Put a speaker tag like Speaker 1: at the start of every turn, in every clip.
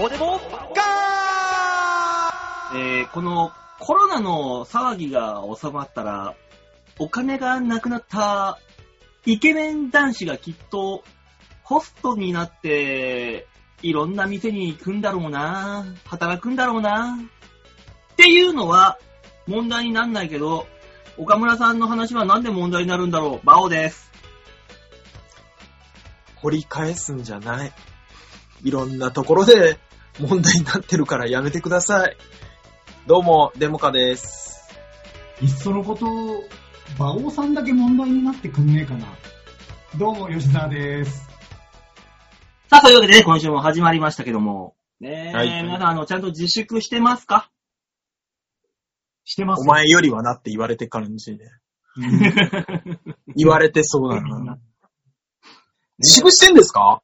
Speaker 1: こでも、ガ
Speaker 2: えーこのコロナの騒ぎが収まったら、お金がなくなったイケメン男子がきっとホストになって、いろんな店に行くんだろうな、働くんだろうな、っていうのは問題になんないけど、岡村さんの話はなんで問題になるんだろう、バオです。
Speaker 3: 掘り返すんじゃない。いろんなところで問題になってるからやめてください。どうも、デモカです。
Speaker 4: いっそのこと、馬王さんだけ問題になってくんねえかな。どうも、吉沢です。
Speaker 2: さあ、というわけでね、今週も始まりましたけども、ねえ、
Speaker 3: はい
Speaker 2: 皆さん、あの、ちゃんと自粛してますか
Speaker 4: してま
Speaker 3: お
Speaker 4: す。
Speaker 3: 前よりはなって言われて感 じね。
Speaker 4: うん
Speaker 3: 言われてそうだな。自粛してんですか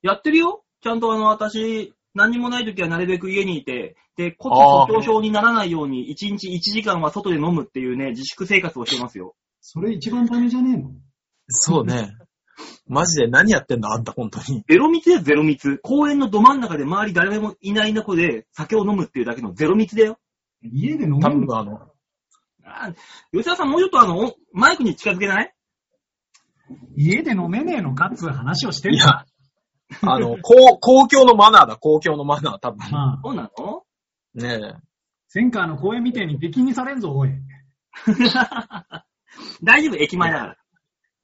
Speaker 2: やってるよ。ちゃんとあの、私、何もない時はなるべく家にいて、で、コツコツ症にならないように、1日1時間は外で飲むっていうね、自粛生活をしてますよ。
Speaker 4: それ一番ダメじゃねえの
Speaker 3: そうね。マジで何やってんだあんた、本当に。
Speaker 2: ゼロ密だよ、ゼロ密。公園のど真ん中で周り誰もいない中で酒を飲むっていうだけのゼロ密だよ。
Speaker 4: 家で飲め
Speaker 3: 多
Speaker 4: る
Speaker 3: 分
Speaker 4: の
Speaker 3: あの、
Speaker 2: あー吉田さん、もうちょっとあの、マイクに近づけない
Speaker 4: 家で飲めねえのかっつう話をして
Speaker 3: い
Speaker 4: る
Speaker 3: や、あの、公公共のマナーだ、公共のマナー、多分。
Speaker 4: まあ、
Speaker 2: そうなの
Speaker 3: ね
Speaker 4: センカーの公園みたいに出禁にされんぞ、おい。
Speaker 2: 大丈夫、駅前だから。
Speaker 3: え。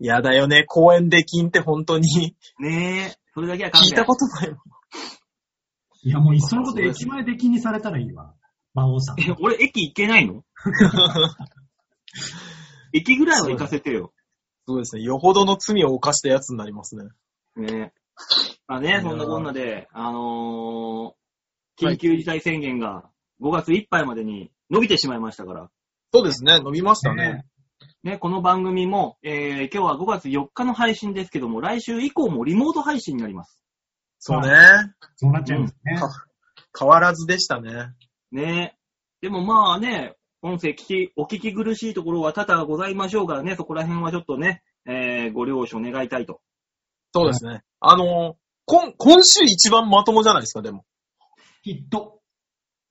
Speaker 3: やだよね、公園で禁って本当に
Speaker 2: ねえ、それだけは考
Speaker 3: 聞い
Speaker 2: え
Speaker 3: たことないもん。
Speaker 4: いや、もういっそのこと
Speaker 3: そうです
Speaker 4: 駅前出禁にされたらいいわ。馬王さん。
Speaker 2: え、俺、駅行けない の駅ぐらいは行かせてよ。
Speaker 3: そうですね、よほどの罪を犯したやつになりますね。
Speaker 2: ね。まあね、そんなこんなで、あのー、緊急事態宣言が5月いっぱいまでに伸びてしまいましたから、
Speaker 3: そうですね、伸びましたね。
Speaker 2: ね、この番組も、えー、今日は5月4日の配信ですけども、来週以降もリモート配信になります。
Speaker 3: そうね。
Speaker 4: そうなっちゃいますね。
Speaker 3: 変わらずでしたね。
Speaker 2: ね。でもまあね、音声聞き、お聞き苦しいところは多々ございましょうからね、そこら辺はちょっとね、えー、ご了承願いたいと。
Speaker 3: そうですね。あの、今、今週一番まともじゃないですか、でも。
Speaker 4: きっと。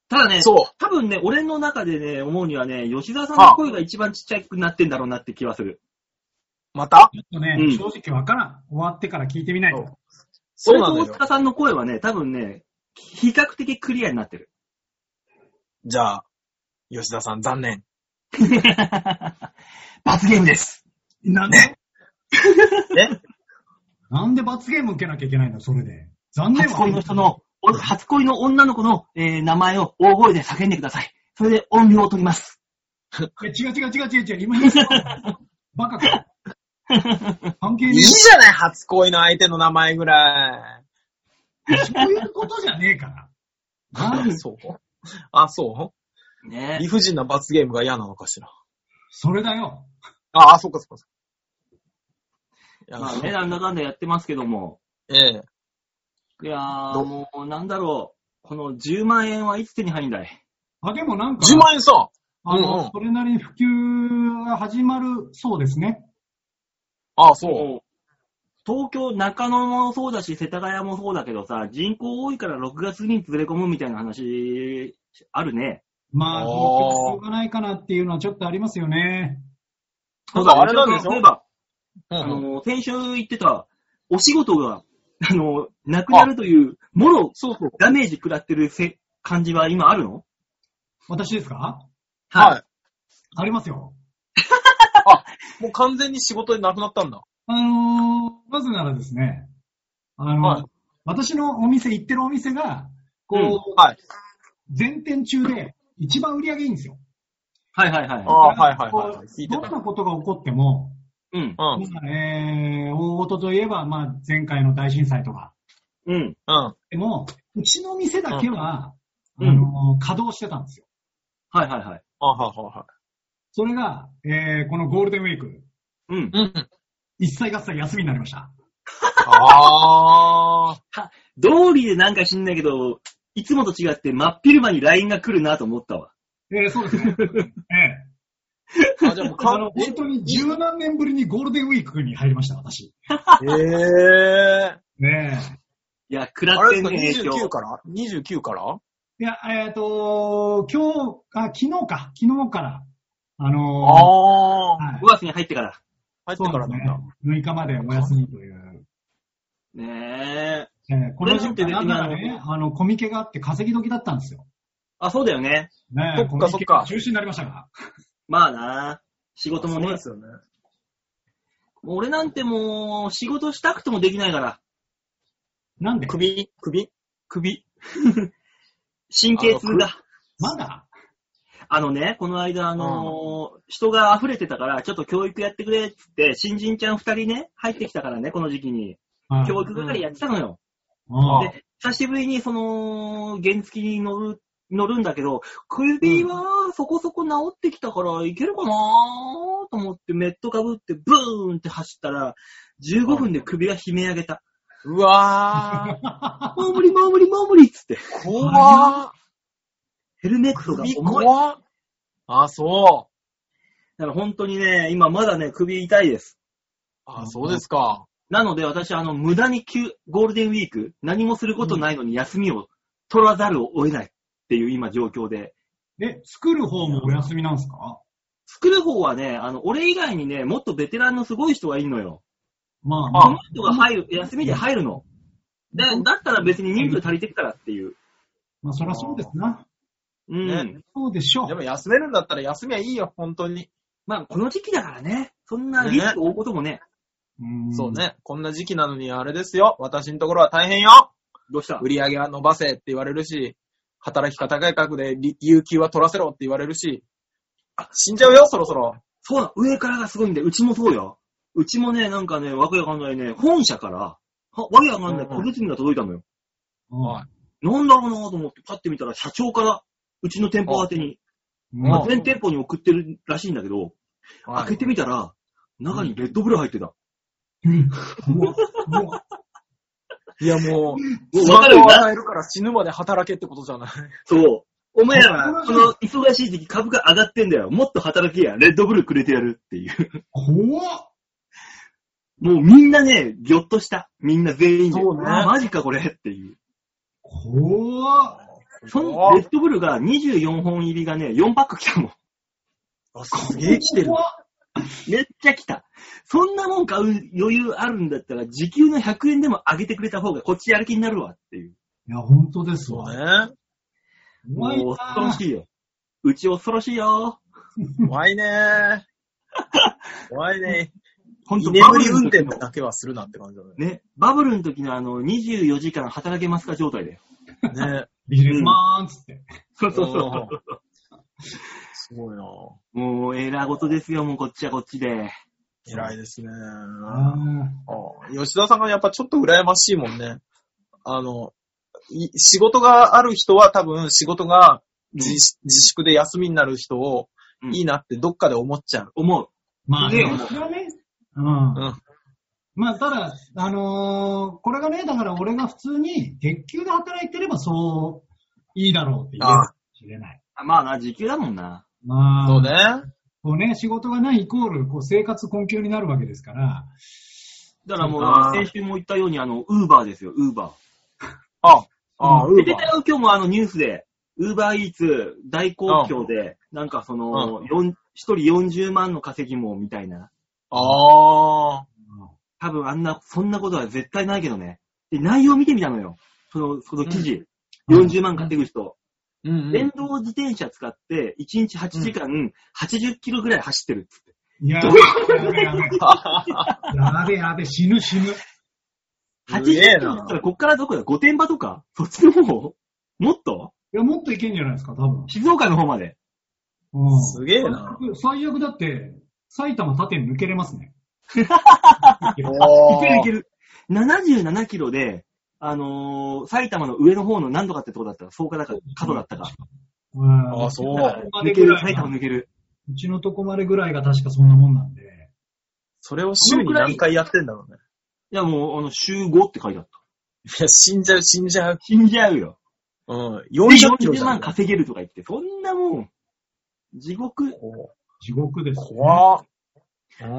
Speaker 2: ただね、
Speaker 3: そ
Speaker 2: 多分ね、俺の中でね、思うにはね、吉沢さんの声が一番ちっちゃくなってんだろうなって気はする。
Speaker 3: う。また
Speaker 4: ちょっとね、
Speaker 2: うん
Speaker 4: 正直わからん。終わってから聞いてみないと。
Speaker 3: そうなの
Speaker 2: 俺
Speaker 3: よ
Speaker 2: と大。塚さんの声はね、多分ね、比較的クリアになってる。
Speaker 3: じゃあ、吉田さん残念。
Speaker 2: 罰ゲームです。
Speaker 4: なんで
Speaker 3: ね
Speaker 4: なんで罰ゲーム受けなきゃいけないんだ、それで。残念
Speaker 2: 初恋の人の、お初恋の女の子の、えー名前を大声で叫んでください。それで音量を取ります。
Speaker 4: いや違う違う違う違う違う、今言いそう バカか。関係
Speaker 3: い
Speaker 4: ね
Speaker 3: いじゃない、初恋の相手の名前ぐらい。
Speaker 4: え。そういうことじゃねえから。
Speaker 3: あ、そうあ、そ
Speaker 2: ね
Speaker 3: う理不尽な罰ゲームが嫌なのかしら。
Speaker 4: それだよ。
Speaker 3: ああ、そっかそっかそっか。
Speaker 2: まあ
Speaker 3: い
Speaker 2: ね、
Speaker 3: や
Speaker 2: なんだかんだやってますけども。
Speaker 3: ええ。
Speaker 2: いやー、
Speaker 3: ど
Speaker 2: もう、なんだろう。この10万円はいつ手に入んだい
Speaker 4: あ、でもなんか、
Speaker 3: 10万円さ、
Speaker 4: あの、
Speaker 3: うんうん
Speaker 4: それなりに普及が始まるそうですね。
Speaker 3: ああ、そう。
Speaker 2: 東京、中野もそうだし、世田谷もそうだけどさ、人口多いから6月に連れ込むみたいな話、あるね。
Speaker 4: ま
Speaker 3: あ
Speaker 4: あ、
Speaker 3: ー
Speaker 4: 東京しょうがないかなっていうのはちょっとありますよね。
Speaker 3: そうだあれなんでしょ
Speaker 2: そういえば、
Speaker 3: う
Speaker 2: あ
Speaker 3: ん。
Speaker 2: の、先週言ってた、お仕事が、あの、なくなるという、もろ、
Speaker 3: そうそう。
Speaker 2: ダメージ食らってるせ感じは今あるの
Speaker 4: 私ですか
Speaker 3: はい。
Speaker 4: ありますよ。
Speaker 3: もう完全に仕事でなくなったんだ。
Speaker 4: あのー、まずならですね、あの、
Speaker 3: はい
Speaker 4: 私のお店、行ってるお店が、こう、
Speaker 3: はい。
Speaker 4: 全店中で一番売り上げいいんですよ。
Speaker 2: はいはいはい
Speaker 3: あ
Speaker 2: はい。
Speaker 3: あ、はいはいはいはい。聞いて
Speaker 4: どん
Speaker 3: た。
Speaker 4: なことが起こっても、
Speaker 2: うん。
Speaker 3: うん。
Speaker 4: まあえー、大事といえば、まあ、前回の大震災とか。
Speaker 2: うん。
Speaker 3: うん。
Speaker 4: でも、うちの店だけは、
Speaker 2: うん
Speaker 4: あの、稼働してたんですよ。
Speaker 2: はいはいはい。
Speaker 3: ああ、はいはいはい。
Speaker 4: それが、えー、このゴールデンウィーク、
Speaker 2: うん。
Speaker 3: うん。
Speaker 4: 一切合切休みになりました。
Speaker 3: ああ。
Speaker 2: 道理でなんか知んないけど、いつもと違って真っ昼間に LINE が来るなと思ったわ。
Speaker 4: えー、そうで すね。え
Speaker 3: あ、じゃあもう
Speaker 4: ー、あ
Speaker 3: 完
Speaker 4: の本当に十何年ぶりにゴールデンウィークに入りました、私。
Speaker 3: ええ。
Speaker 4: ねえ。
Speaker 2: いや、食ら
Speaker 3: あ
Speaker 2: って
Speaker 3: れ
Speaker 2: んね
Speaker 3: で
Speaker 2: え、
Speaker 3: すか
Speaker 2: 今
Speaker 3: ?29
Speaker 2: 日。
Speaker 3: から ?29 から
Speaker 4: いや、えっ、と、今日、あ、昨日か、昨日から、あの
Speaker 3: ああ。
Speaker 4: はい
Speaker 2: 5月に入ってから。
Speaker 3: 入っ
Speaker 4: そう
Speaker 3: て
Speaker 4: で
Speaker 3: から
Speaker 4: す
Speaker 3: な
Speaker 4: ね
Speaker 3: んだ。。
Speaker 4: 6日までお休みという。
Speaker 2: ねえ。
Speaker 4: えーこの時期
Speaker 2: これな
Speaker 4: なんん
Speaker 2: て
Speaker 4: な
Speaker 2: ね
Speaker 4: らね、あの、コミケがあって稼ぎ時だったんですよ。
Speaker 2: あ、そうだよね。
Speaker 4: ね
Speaker 3: そっか
Speaker 4: コミケ
Speaker 3: そっか
Speaker 4: 中止になりましたが。
Speaker 2: まあな。仕事も
Speaker 3: そう
Speaker 2: ね
Speaker 3: で。すよね。
Speaker 2: 俺なんてもう、仕事したくてもできないから。
Speaker 4: なんで
Speaker 3: 首首
Speaker 2: 首。 神経痛だ。
Speaker 4: まだ
Speaker 2: あのね、この間、あのー人が溢れてたから、ちょっと教育やってくれっつって、新人ちゃん二人ね、入ってきたからね、この時期に。
Speaker 4: 今
Speaker 2: 教育係やってたのよ。
Speaker 3: あ
Speaker 2: で、久しぶりに、その、原付に乗る、乗るんだけど、首はそこそこ治ってきたから、いけるかなーと思って、メットかぶって、ブーンって走ったら、15分で首が悲鳴上げ た。
Speaker 3: うわ
Speaker 2: もう無理、もう無理、もう無理っつって。
Speaker 3: ー。怖ー。
Speaker 2: ヘルメッ トが
Speaker 3: 首
Speaker 2: 重い。だか
Speaker 3: 怖っあ、そう。
Speaker 2: ら本当にね、今まだね、首痛いです。
Speaker 3: あ、そうですか。
Speaker 2: なので私、あの、無駄に休、ゴールデンウィーク、何もすることないのに休みを取らざるを得ないっていう今状況で。
Speaker 4: え、作る方もお休みなんですか
Speaker 2: 作る方はね、あの、俺以外にね、もっとベテランのすごい人がいるのよ。
Speaker 4: ま
Speaker 2: こ
Speaker 4: あ、ま
Speaker 2: の人が入る、休みで入るの。で、だったら別に人数足りてきたらっていう。
Speaker 4: まあ、そりゃそうですな。
Speaker 2: うん。
Speaker 3: ね
Speaker 4: そうでしょ
Speaker 3: で
Speaker 4: う。
Speaker 3: も休めるんだったら休みはいいよ、本当に。
Speaker 2: まあ、この時期だからね、そんなリスクを負うこともね、
Speaker 4: うん
Speaker 3: そう。ね。こんな時期なのにあれですよ。私のところは大変よ。
Speaker 2: どうした
Speaker 3: 売り上げは伸ばせって言われるし、働き方改革でり有給は取らせろって言われるし、あ死んじゃうよ、そろそろ。
Speaker 2: そうだ、上からがすごいんで、うちもそうよ。うちもね、なんかね、わけわかんないね、本社から、はわけわかんない小包が届いたのよ。
Speaker 4: は
Speaker 2: なんだろうなと思って、パッて見たら、社長から、うちの店舗宛てに、
Speaker 4: い。
Speaker 3: あ
Speaker 2: ま
Speaker 4: ま
Speaker 2: あ
Speaker 4: あ
Speaker 2: 全店舗に送ってるらしいんだけど、開けてみたら、中にレッドブル入ってた。
Speaker 4: うんうわうわ
Speaker 3: いやもう、
Speaker 2: うん
Speaker 3: ス
Speaker 2: わ
Speaker 3: マ
Speaker 2: かる
Speaker 3: ホ
Speaker 2: よ
Speaker 3: を
Speaker 2: な
Speaker 3: 与えるから死ぬまで働けってことじゃない。
Speaker 2: そう。お前
Speaker 4: う
Speaker 2: ら、
Speaker 4: ん
Speaker 2: この忙しい時期株が上がってんだよ。もっと働けや。レッドブルくれてやるっていう。
Speaker 4: 怖っ
Speaker 2: もうみんなね、ぎょっとした。みんな全員で。
Speaker 3: そうね
Speaker 2: あマジかこれっていう。
Speaker 4: 怖っ
Speaker 2: そのレッドブルが24本入りがね、4パック来たもん。
Speaker 3: あすげえ来てる。
Speaker 4: 怖っ
Speaker 2: めっちゃ来た。そんなもん買う余裕あるんだったら、時給の100円でも上げてくれた方がこっちやる気になるわっていう。
Speaker 4: いや、本当です
Speaker 3: そう
Speaker 4: わ。
Speaker 3: ね。
Speaker 2: も
Speaker 4: 怖いう
Speaker 2: 恐ろ
Speaker 4: な
Speaker 2: しいよ。うち恐ろしいよ。
Speaker 3: 怖いね。怖いね。
Speaker 2: ほん
Speaker 3: 居
Speaker 2: と
Speaker 3: 眠り運転
Speaker 2: バブルの時の
Speaker 3: だけはするなって感じだ
Speaker 2: ね、バブルの時のあの、24時間働けますか状態だよ。
Speaker 3: ね。ね
Speaker 4: ビジネスマーンっつって。
Speaker 2: そう
Speaker 3: そうそう。すごいな
Speaker 2: もう、エラーごとですよ、もうこっちはこっちで。
Speaker 3: 偉いですね。
Speaker 4: あ
Speaker 3: あ吉田さんがやっぱちょっと羨ましいもんね。あの、い仕事がある人は多分仕事が自,、自粛で休みになる人を
Speaker 2: うん
Speaker 3: いいなってどっかで思っちゃう。
Speaker 2: 思う。
Speaker 4: まあね、
Speaker 2: ね
Speaker 4: それはね、
Speaker 3: う
Speaker 4: う
Speaker 3: ん
Speaker 4: ん。まあ、ただ、あのーこれがね、だから俺が普通に月給で働いてればそう、いいだろうって言えるかもしれない。
Speaker 2: あまあな、時給だもんな。
Speaker 4: まあ、
Speaker 3: そうね。
Speaker 4: こうね、仕事がないイコール、こう生活困窮になるわけですから、
Speaker 2: だからも
Speaker 3: そうか
Speaker 2: う、先週も言ったように、あの、ウーバーですよ、ウーバ
Speaker 3: あ、あ、
Speaker 2: ー。
Speaker 3: ウ
Speaker 2: で、
Speaker 3: ー
Speaker 2: 出
Speaker 3: バ
Speaker 2: た
Speaker 3: ー。
Speaker 2: よ、今日もあの、ニュースで、ウーバーイーツ大好評で、なんかその、1人40万の稼ぎも、みたいな。
Speaker 3: ああ。
Speaker 2: 多分あんな、そんなことは絶対ないけどね。で、内容見てみたのよ。その、その記事。
Speaker 4: うん
Speaker 2: 40万稼ぐ人。
Speaker 3: うん、う
Speaker 2: 電
Speaker 3: ん。
Speaker 2: 動自転車使って、1日8時間、80キロぐらい走ってるっつって。
Speaker 4: いや、やべやべ、やべやべ、死ぬ死ぬ。
Speaker 2: 80
Speaker 3: す
Speaker 2: キ
Speaker 3: げえ
Speaker 2: ロだ
Speaker 3: な
Speaker 2: ったら、こっからどこだ御殿場とかそっちの方もっと
Speaker 4: いや、もっといけんじゃないですか、多分。
Speaker 2: 静岡の方まで。
Speaker 4: うん
Speaker 3: すげえな。
Speaker 4: 最悪だって、埼玉縦に抜けれますね。
Speaker 2: い
Speaker 3: お
Speaker 2: けるいけ
Speaker 3: る。
Speaker 2: る。77キロで、あのー埼玉の上の方の何度かってとこだったら、草加だか、角だったか。
Speaker 4: あ
Speaker 3: あそう
Speaker 2: 抜ける、埼玉抜ける。
Speaker 4: うちのとこまでぐらいが確かそんなもんなんで。
Speaker 3: それを週に何回やってんだろうね。
Speaker 2: いや、もう、あの、週5って書いてあった。
Speaker 3: いや、死んじゃう、死んじゃう。
Speaker 2: 死んじゃうよ。
Speaker 3: うん。
Speaker 2: で
Speaker 3: 40キロじ
Speaker 2: 40
Speaker 3: ゃ
Speaker 2: 万
Speaker 3: ん。
Speaker 2: 稼げるとか言って、そんなもん、地獄。
Speaker 4: 地獄です、
Speaker 3: 怖っ。
Speaker 2: こうや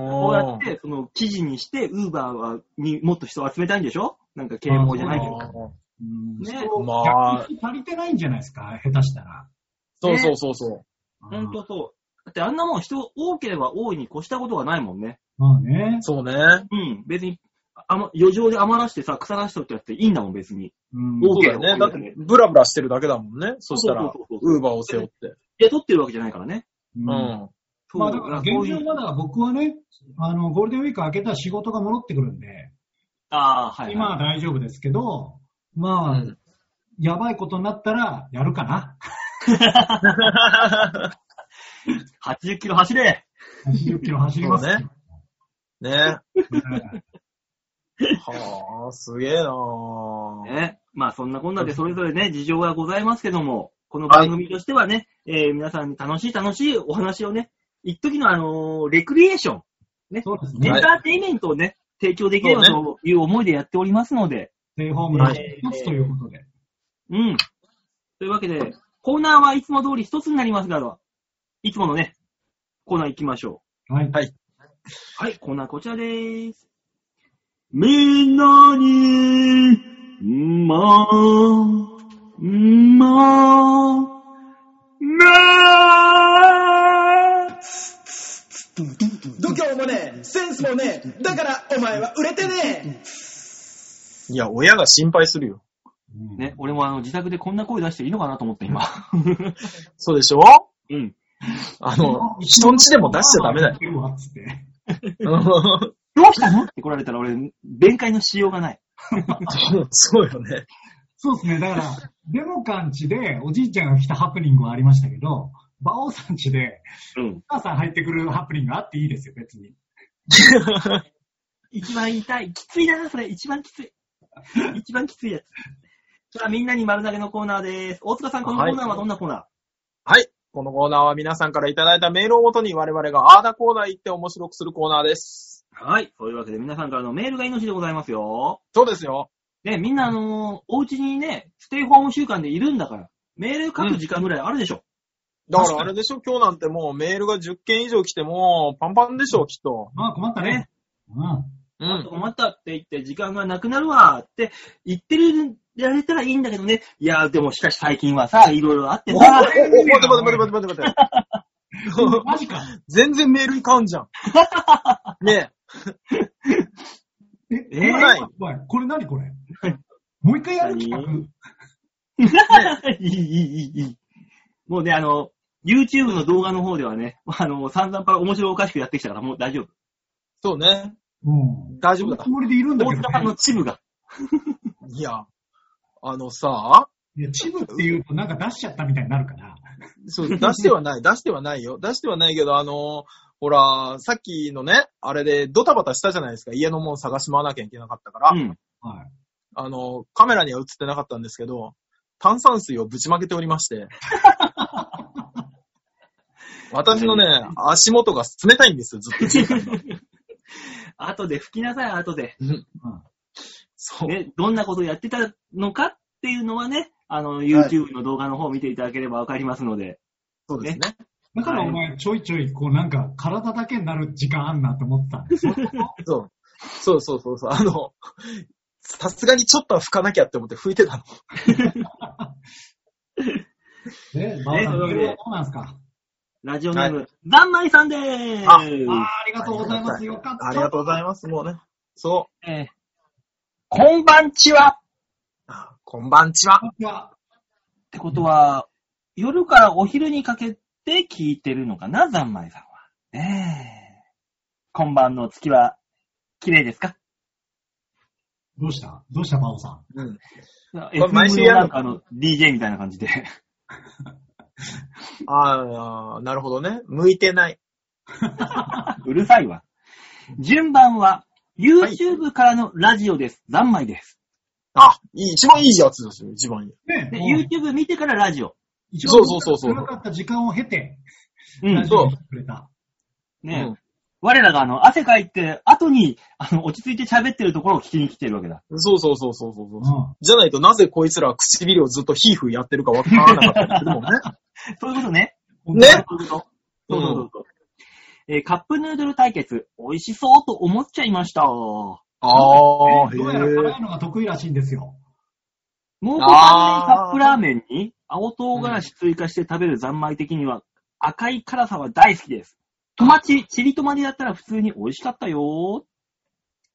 Speaker 3: お
Speaker 2: っ
Speaker 3: ー
Speaker 2: て、その、記事にして、ウーバーは、にもっと人を集めたいんでしょなんか啓蒙じゃないけど。
Speaker 4: うん
Speaker 2: ね
Speaker 4: 人を
Speaker 3: まあ
Speaker 4: 逆に足りてないんじゃないですか、下手したら。
Speaker 3: そうそうそうそう。
Speaker 2: ほんとそう。だってあんなもん人多ければ多いに越したことがないもんね。
Speaker 4: まあね。
Speaker 3: そうね。
Speaker 2: うん。別に、あま、余剰で余らしてさ、腐らしとってやっていいんだもん、別に。
Speaker 4: うん
Speaker 2: 多
Speaker 3: そう
Speaker 2: け
Speaker 3: だ
Speaker 2: れば
Speaker 3: よね。だって、ブラブラしてるだけだもんね。そしたら
Speaker 2: そうそうそう、そう
Speaker 3: ウーバーを背負って。
Speaker 2: 雇ってるわけじゃないからね。
Speaker 4: うん
Speaker 3: うん。
Speaker 2: そう
Speaker 4: まあだから現
Speaker 2: こうい
Speaker 4: 状
Speaker 2: う
Speaker 4: まだ僕はね、あの、ゴールデンウィーク明けたら仕事が戻ってくるんで、
Speaker 2: ああ、はい、はい。
Speaker 4: 今 は大丈夫ですけど、まあ、
Speaker 3: うん
Speaker 4: やばいことになったらやるかな。
Speaker 2: 80キロ走れ
Speaker 4: 80キロ走りますよ。
Speaker 3: ね。
Speaker 4: うん
Speaker 3: はあ、すげえなぁ。
Speaker 2: ね。まあそんなこんなでそれぞれね、事情がございますけども、この番組としてはね、えー皆さんに楽しい楽しいお話をね、一時のあのーレクリエーション、
Speaker 4: そうです
Speaker 2: エン
Speaker 4: ね。
Speaker 2: ターテインメントをね、提供できれば
Speaker 3: そう
Speaker 2: という思いでやっておりますので、
Speaker 4: ステイホームの
Speaker 2: はい
Speaker 4: 一つということで。
Speaker 2: うん。というわけで、コーナーはいつも通り一つになりますが、いつものね、コーナー行きましょ。
Speaker 4: はい。
Speaker 3: はいう
Speaker 2: はい、コーナーこちらでーす。みんなに、ま、ま、なー
Speaker 1: 度胸もねえ、センスもねえ、だからお前は売れてね
Speaker 3: いや、親が心配するよ。
Speaker 4: うん
Speaker 2: ね、俺もあの自宅でこんな声出していいのかなと思 って今。
Speaker 3: そうでしょ
Speaker 2: うん。
Speaker 3: あの、人んちでも出しちゃダメだよ。
Speaker 4: いるわっつって。
Speaker 3: うん
Speaker 2: どうしたのって来られたら俺、弁解のしようがない。
Speaker 3: そうよね。
Speaker 4: そうですね。だから、デモカんちでおじいちゃんが来たハプニングはありましたけど、馬王さんちで
Speaker 2: うん。
Speaker 4: お母さん入ってくるハプニングがあっていいですよ、別に。
Speaker 2: 一番痛い。きついな、それ。一番きつ い。一番きついやつ。さあ、みんなに丸投げのコーナーです。大塚さん、このコーナーはどんなコーナー、
Speaker 3: はい。このコーナーは皆さんからいただいたメールをもとに我々があーだコーナー行って面白くするコーナーです。
Speaker 2: はい。というわけで、皆さんからのメールが命でございますよ。
Speaker 3: そうですよ。
Speaker 2: ね、みんな、あのーお家にね、ステイホーム習慣でいるんだから、メール書く時間ぐらいあるでしょ。
Speaker 3: だからあれでしょ今日なんてもうメールが10件以上来てもパンパンでしょきっと。
Speaker 4: まあ困ったね。うん。
Speaker 3: う
Speaker 2: ちょっと。困ったって言って、時間がなくなるわって言ってる、やれたらいいんだけどね。いやー、でもしかし最近はさ、いろいろあって
Speaker 3: おおお
Speaker 2: さ、
Speaker 3: 待て待て待て待て待て待て。
Speaker 4: マジか。
Speaker 3: 全然メールいかんじゃん。 ね
Speaker 4: え、
Speaker 2: えー
Speaker 4: 怖い怖いこれ何これもう一回やる企画
Speaker 2: いい、いい、いい、いい。もうね、あの、YouTube の動画の方ではね、 あの、散々から面白おかしくやってきたからもう大丈夫。
Speaker 3: そうね。
Speaker 4: うん。
Speaker 3: 大丈夫だ
Speaker 4: つ。もりでいるんだ
Speaker 2: 大
Speaker 4: けど、
Speaker 2: 塚さんの
Speaker 4: ね。
Speaker 2: チブが。
Speaker 3: いや、あのさ、
Speaker 4: いや、チブって言うとなんか出しちゃったみたいになるから。
Speaker 3: そう、出しては ない、出してはないよ。出してはないけど、あの、ほら、さっきのね、あれでドタバタしたじゃないですか。家のもん探し回らなきゃいけなかったから。
Speaker 2: うん。
Speaker 4: はい。
Speaker 3: あの、カメラには映ってなかったんですけど、炭酸水をぶちまけておりま して。私のね、足元が冷たいんですよ、ず っと10回。
Speaker 2: 後で吹きなさい、後で。
Speaker 3: そう。
Speaker 2: ね、どんなことをやってたのかっていうのはね、あの、YouTube の動画の方を見ていただければわかりますので。
Speaker 3: そうですね。
Speaker 4: だからお前、ちょいちょい、こうなんか、体だけになる時間あんなと思ったんですよ。
Speaker 3: そう。そうそうそうそう。あの、さすがにちょっとは拭かなきゃって思って拭いてたの。
Speaker 4: ね、バオさん、
Speaker 2: そいう
Speaker 4: そう
Speaker 2: わけで
Speaker 4: れはどうなんですか
Speaker 2: ラジオネーム、ざんまいさんで
Speaker 3: あ
Speaker 2: ーす。
Speaker 4: ああ、ありがとうございます。よかった。
Speaker 3: ありがとうございます、もうね。そ
Speaker 2: えーこんばんちは
Speaker 3: う。こんばんちは。
Speaker 4: う。
Speaker 2: っ
Speaker 4: は
Speaker 2: てことは、夜からお昼にかけて聞いてるのかな、ざんまいさんは。ねえ。今晩の月は、綺麗ですか
Speaker 4: どうしたどうした、バオさん。
Speaker 3: うん。
Speaker 2: ?FM
Speaker 3: れ毎週
Speaker 2: の
Speaker 3: やるの
Speaker 2: なんかあの、DJ みたいな感じで。
Speaker 3: ああ、なるほどね。向いてない。
Speaker 2: うるさいわ。順番は、YouTube からのラジオです。ざんまいです。
Speaker 3: あ、いい一番いいやつですよ、一番いい。
Speaker 4: ね
Speaker 2: で、
Speaker 4: もう
Speaker 2: YouTube 見てからラジオ。
Speaker 4: 一
Speaker 3: そうそうそうそう
Speaker 4: 辛かった時間を経て、
Speaker 2: う
Speaker 4: ラ
Speaker 2: ん。
Speaker 4: ジオに来てくれた。。。
Speaker 2: ねえ、
Speaker 3: うん
Speaker 2: 我らがあの、汗かいて、後に、あの、落ち着いて喋ってるところを聞きに来てるわけ だ。
Speaker 3: そうそうそうそうそうそううん
Speaker 4: そ
Speaker 3: じゃないとなぜこいつらは唇をずっとヒーフーやってるかわからなかったんだけどもね。
Speaker 2: そういうことね。
Speaker 3: ね
Speaker 2: そうそう
Speaker 3: うん
Speaker 2: そうそう。えーカップヌードル対決、美味しそうと思っちゃいました。
Speaker 3: ああ、
Speaker 4: どうやら辛
Speaker 3: へ
Speaker 4: いのが得意らしいんですよ。
Speaker 2: 蒙古タンメンカップラーメンに青唐辛子追加して食べる三昧的には赤い辛さは大好きです。トマチ、チリトマでやったら普通に美味しかったよ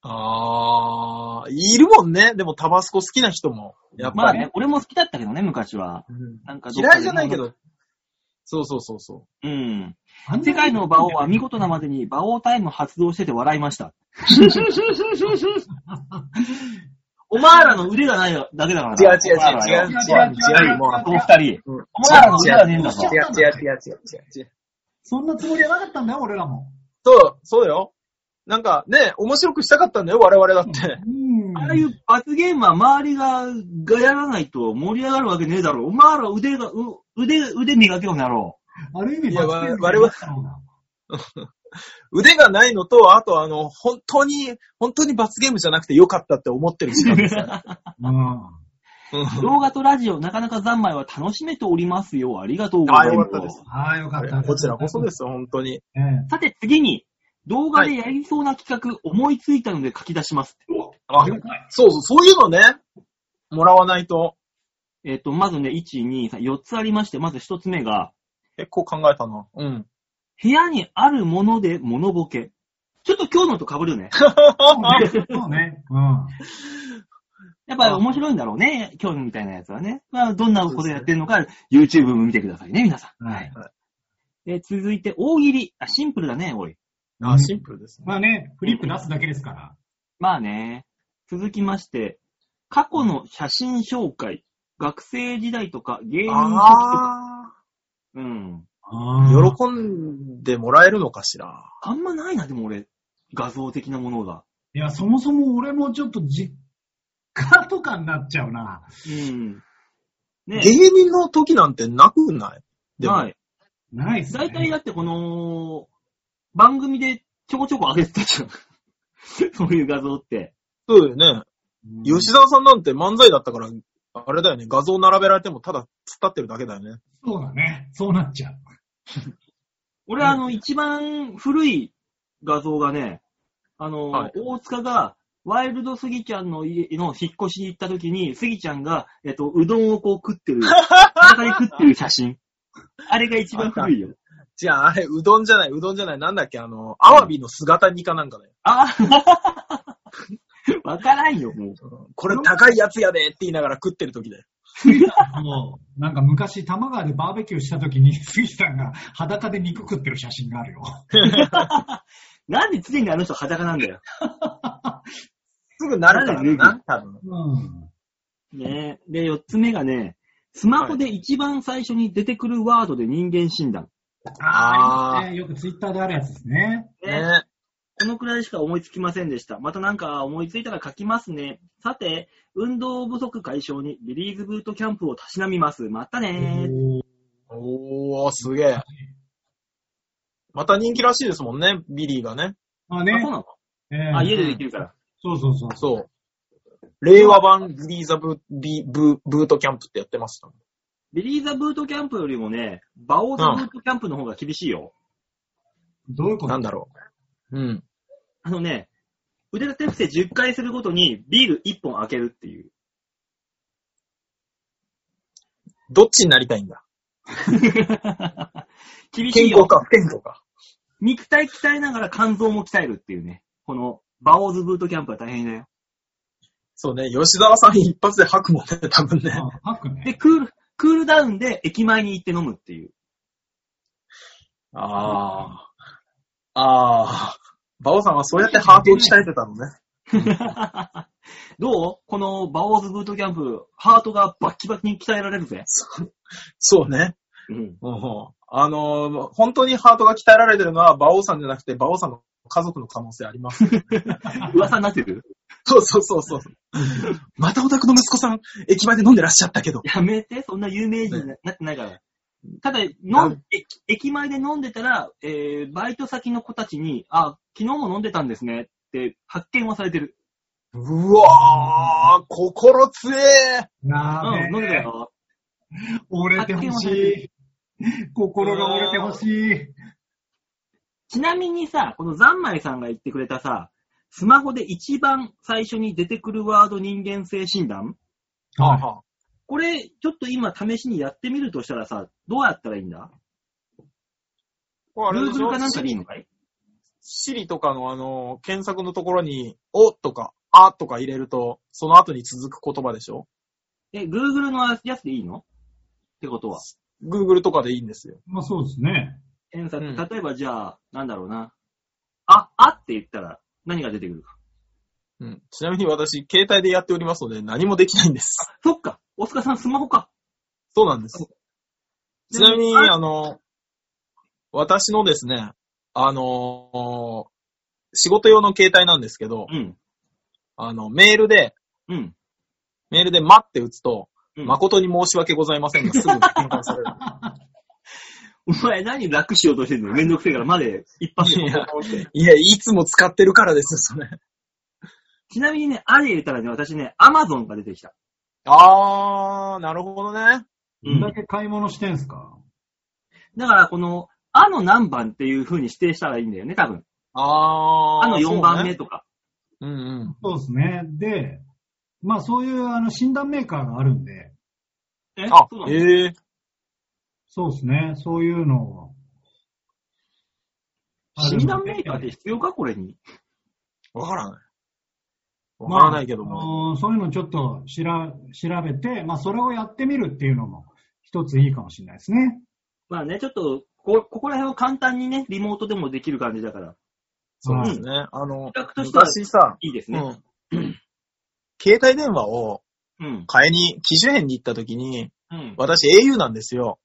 Speaker 3: ああ、いるもんね。でもタバスコ好きな人も。やっ
Speaker 2: ま
Speaker 3: ぱ
Speaker 2: あ
Speaker 3: り。
Speaker 2: ね、俺も好きだったけどね、昔は。
Speaker 3: うん
Speaker 2: なんかどっかで
Speaker 3: 嫌いじゃないけど。そうそうそうそう。
Speaker 2: うん。
Speaker 4: あんな
Speaker 2: 世界の馬王は見事なまでに馬王タイム発動してて笑いま した。お前らの腕がないだけだからな。
Speaker 3: 違う違
Speaker 2: お
Speaker 3: う
Speaker 2: 前ら
Speaker 3: 違
Speaker 2: よ
Speaker 3: う違う
Speaker 4: 違う
Speaker 3: 違
Speaker 4: 違
Speaker 3: う。
Speaker 4: う
Speaker 3: もう、
Speaker 2: この二人。
Speaker 3: うん
Speaker 2: お前らの腕はねえんだぞ
Speaker 3: 違う違う違う違う違う違う。
Speaker 4: そんなつもりはなかったんだよ、俺らも。
Speaker 3: そう、そうよ。なんかね、面白くしたかったんだよ、我々だって。
Speaker 4: うん。
Speaker 2: ああいう罰ゲームは周りが、がやらないと盛り上がるわけねえだろ。お前ら腕が、う腕、腕磨けようになろ
Speaker 4: ある意味、
Speaker 3: いや
Speaker 4: 罰ゲーム
Speaker 3: 我々は
Speaker 4: だったのが
Speaker 3: 腕がないのと、あとあの、本当に、本当に罰ゲームじゃなくてよかったって思ってる時間 ですから。
Speaker 4: うん。
Speaker 3: うん
Speaker 2: う。動画とラジオ、なかなか三昧は楽しめておりますよ。ありがとうございます。
Speaker 3: あよかったです
Speaker 4: ああ、よかった。。
Speaker 3: こちらこそですすよ、本当に。
Speaker 4: ええ
Speaker 2: さて次に、動画でやりそうな企画、思いついたので書き出します。
Speaker 3: あ、
Speaker 4: 了解
Speaker 3: そうそう、そういうのね、もらわないと
Speaker 2: えっ、と、まずね、1、2、3、4つありまして、まず1つ目が、
Speaker 3: 結構考えたな。うん。
Speaker 2: 部屋にあるものでモノボケ。ちょっと今日のと被る ね。
Speaker 4: そうね。そうね。うん。
Speaker 2: やっぱり面白いんだろうね、今日みたいなやつはね。まあ、どんなことやってるのか、YouTube も見てくださいね、皆さん。
Speaker 4: はい。
Speaker 2: で続いて、大喜利。あ、シンプルだね、おい。
Speaker 3: あ、シンプルですね。
Speaker 4: まあね、フリップ出すだけですから。
Speaker 2: まあね。続きまして、過去の写真紹介。学生時代とか芸人の時とか。
Speaker 3: あ
Speaker 2: うん。
Speaker 4: あ
Speaker 3: あ、
Speaker 4: ー
Speaker 3: 喜んでもらえるのかしら。
Speaker 2: あんまないな、でも俺。画像的なものが。
Speaker 4: いや、そもそも俺もちょっと実家とかになっちゃうな。
Speaker 2: うん。ね
Speaker 3: 芸人の時なんてなくないでも、
Speaker 2: はい。
Speaker 4: ないっすね。
Speaker 2: 大体だってこの、番組でちょこちょこ上げてたじゃん。そういう画像って。
Speaker 3: そうよね。
Speaker 4: うん
Speaker 3: 吉沢さんなんて漫才だったから、あれだよね、画像並べられてもただ突っ立ってるだけだよね。
Speaker 4: そうだね。そうなっちゃう。
Speaker 2: 俺、あの、一番古い画像がね、あの、
Speaker 3: はい
Speaker 2: 大塚が、ワイルドスギちゃんの家の引っ越しに行った時に、スギちゃんが、えっと、うどんをこう食って る、裸で食ってる写真。あれが一番古いよ。
Speaker 3: じゃあ、あれ、うどんじゃない、うどんじゃない、なんだっけ、あの、アワビの姿煮かなんかだよ。
Speaker 2: あ わからんよ、もう。
Speaker 3: これ高いやつやでって言いながら食ってる時だよ。
Speaker 4: あのなんか昔、多摩川でバーベキューした時に、杉さんが裸で肉食ってる写真があるよ。
Speaker 2: なんで常にあの人裸なんだよ。
Speaker 3: すぐ慣れたんだな、多分。
Speaker 4: うん。
Speaker 2: ねで、四つ目がね、スマホで一番最初に出てくるワードで人間診断。
Speaker 4: あ
Speaker 3: あー
Speaker 4: あ、ね、よくツイッターであるやつですね。
Speaker 2: ね
Speaker 3: ね。
Speaker 2: このくらいしか思いつきませんでした。またなんか思いついたら書きますね。さて、運動不足解消にリリーズブートキャンプをたしなみます。またね
Speaker 4: おー
Speaker 3: おー、すげえ。また人気らしいですもんね、ビリーがね。
Speaker 4: まあ
Speaker 2: ー。
Speaker 4: ね
Speaker 2: あ、そうなの、
Speaker 4: え
Speaker 2: あ、
Speaker 4: え
Speaker 2: 家でできるから。
Speaker 4: そうそうそう。
Speaker 3: そう。令和版ビリーザブビブブートキャンプってやってました。
Speaker 2: リリーザブートキャンプよりもね、バオーザブートキャンプの方が厳しいよ。
Speaker 4: どういうこと
Speaker 3: なんだろう。うん。
Speaker 2: あのね、腕立て伏せ10回するごとにビール1本開けるって いう。
Speaker 3: どっちになりたいんだ
Speaker 2: 厳し
Speaker 3: 健
Speaker 2: いよ
Speaker 3: 康。か不健康か。
Speaker 2: 肉体鍛えながら肝臓も鍛えるっていうね。この、バオーズブートキャンプは大変だよ。
Speaker 3: そうね、吉沢さん一発で吐くもんね、 多分ね。
Speaker 4: あパック
Speaker 2: で、
Speaker 4: ね。
Speaker 2: クール、クールダウンで駅前に行って飲むっていう。
Speaker 3: ああ。ああ。バオさんはそうやってハートを鍛えてたのね。
Speaker 2: どうこのバオーズブートキャンプ、ハートがバッキバキに鍛えられるぜ。
Speaker 3: そうね。
Speaker 2: うん。
Speaker 3: うん、あのー本当にハートが鍛えられてるのはバオさんじゃなくて、バオさんの家族の可能性あります。
Speaker 2: 噂になってる
Speaker 3: そうそうそうそう。またお宅の息子さん、駅前で飲んでらっしゃったけど。
Speaker 2: やめて、そんな有名人にななってないから。ただ、飲、
Speaker 3: なん
Speaker 2: 駅駅前で飲んでたら、えー、バイト先の子たちに、あ、昨日も飲んでたんですねって発見はされてる。
Speaker 3: うわー、心強え
Speaker 2: う、
Speaker 4: なん
Speaker 2: 飲んでた
Speaker 4: ね
Speaker 2: よ。
Speaker 4: 折れてほしい。心が折れてほしい。
Speaker 2: ちなみにさ、このザンマイさんが言ってくれたさ、スマホで一番最初に出てくるワード人間性診断
Speaker 3: は
Speaker 4: はい。
Speaker 3: は
Speaker 2: これ、ちょっと今試しにやってみるとしたらさ、どうやったらいいんだ
Speaker 3: これあれでし
Speaker 2: ?Google
Speaker 3: ょ
Speaker 2: かなんかでいいのかい
Speaker 3: シリとかのあの、検索のところに、おとか、あとか入れると、その後に続く言葉でしょ
Speaker 2: え、Google のやつでいいのってことは。
Speaker 3: ?Google とかでいいんですよ。
Speaker 4: まあそうですね。
Speaker 2: 検索、
Speaker 3: うん
Speaker 2: 例えばじゃあ、なんだろうな。あ、あって言ったら何が出てくるか。
Speaker 3: うん。ちなみに私、携帯でやっておりますので、何もできないんです。
Speaker 2: そっか、大塚さんスマホか。
Speaker 3: そうなんです。ちなみに、
Speaker 2: あ
Speaker 3: あの、私のですね、あの、仕事用の携帯なんですけど、
Speaker 2: うん、
Speaker 3: あの、メールで、
Speaker 2: うん。
Speaker 3: メールで、まって打つと、
Speaker 2: うん
Speaker 3: 誠に申し訳ございませんが、すぐ変換される。
Speaker 2: お前何楽しようとしてんのめんどくせえからまで一発で
Speaker 3: いやいや、いつも使ってるからですよ、それ。
Speaker 2: ちなみにね、あれ入れたらね、私ね、アマゾンが出てきた。
Speaker 3: あー、なるほどね。
Speaker 2: う
Speaker 4: どん
Speaker 2: ん
Speaker 4: だけ買い物してんすか、
Speaker 2: だから、この、あの何番っていう風に指定したらいいんだよね、多分。
Speaker 3: あー。
Speaker 2: あの4番目
Speaker 3: そうね
Speaker 2: とか。
Speaker 3: うんうん。
Speaker 4: そうですね。で、まあそういうあの診断メーカーがあるんで、
Speaker 2: え
Speaker 3: あ
Speaker 2: そうな、の
Speaker 3: ええ
Speaker 4: そうですね。そういうのを。
Speaker 2: 診断メーカーって必要かこれに。
Speaker 3: わからない。わからないけど
Speaker 4: まあ
Speaker 3: も。
Speaker 4: あのそういうのちょっとしら調べて、まあそれをやってみるっていうのも一ついいかもしれないですね。
Speaker 2: まあね、ちょっと、こ、ここら辺を簡単にね、リモートでもできる感じだから、
Speaker 3: そうです
Speaker 4: はい
Speaker 3: ね。あの
Speaker 2: 比較、としては
Speaker 3: 昔さ、
Speaker 2: いいです
Speaker 3: う
Speaker 2: ね。
Speaker 3: ん。携帯電話を
Speaker 2: うん。
Speaker 3: 買いに、機種編に行った時に、
Speaker 2: うん。
Speaker 3: 私 au なんですよ。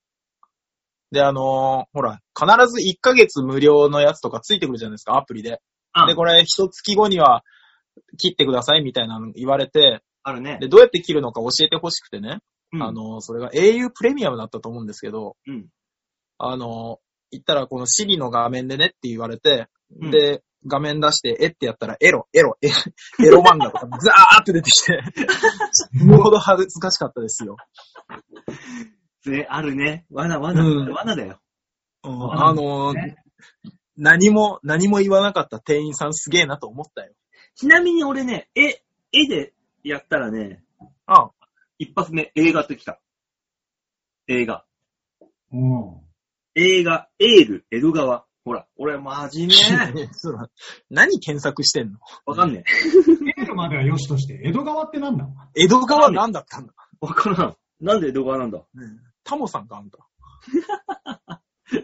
Speaker 3: で、あのーほら、必ず1ヶ月無料のやつとかついてくるじゃないですか、アプリで。
Speaker 2: あ
Speaker 3: で、、これ、一月後には切ってくださいみたいなの言われて、
Speaker 2: あるね
Speaker 3: で、。どうやって切るのか教えてほしくてね。
Speaker 2: うん
Speaker 3: あ、の、それが au プレミアムだったと思うんですけど、
Speaker 2: うん。
Speaker 3: あの、言ったらこの Siri の画面でねって言われて、
Speaker 2: うん
Speaker 3: で、画面出して、えってやったら、エロ、エロ、エエロ漫画とか、ザーって出て きて、死ぬほど恥ずかしかったですよ。
Speaker 2: ねあるね。罠、罠、
Speaker 3: うん
Speaker 2: 罠だよ。
Speaker 3: あの、何も、何も言わなかった店員さんすげえなと思ったよ。
Speaker 2: ちなみに俺ね、絵、絵でやったらね、
Speaker 3: あ
Speaker 2: 一発目映画ってきた。映画。
Speaker 4: うん
Speaker 2: 映画、エール、江戸川。ほら、俺真面 目。
Speaker 3: そうだ何検索してんの
Speaker 2: わかんねえ。
Speaker 4: エールまでは良しとして、江戸川ってなんだ
Speaker 3: 江戸川何だったんだ
Speaker 2: わからん。なんで江戸川なんだ
Speaker 3: タモさんかあんた。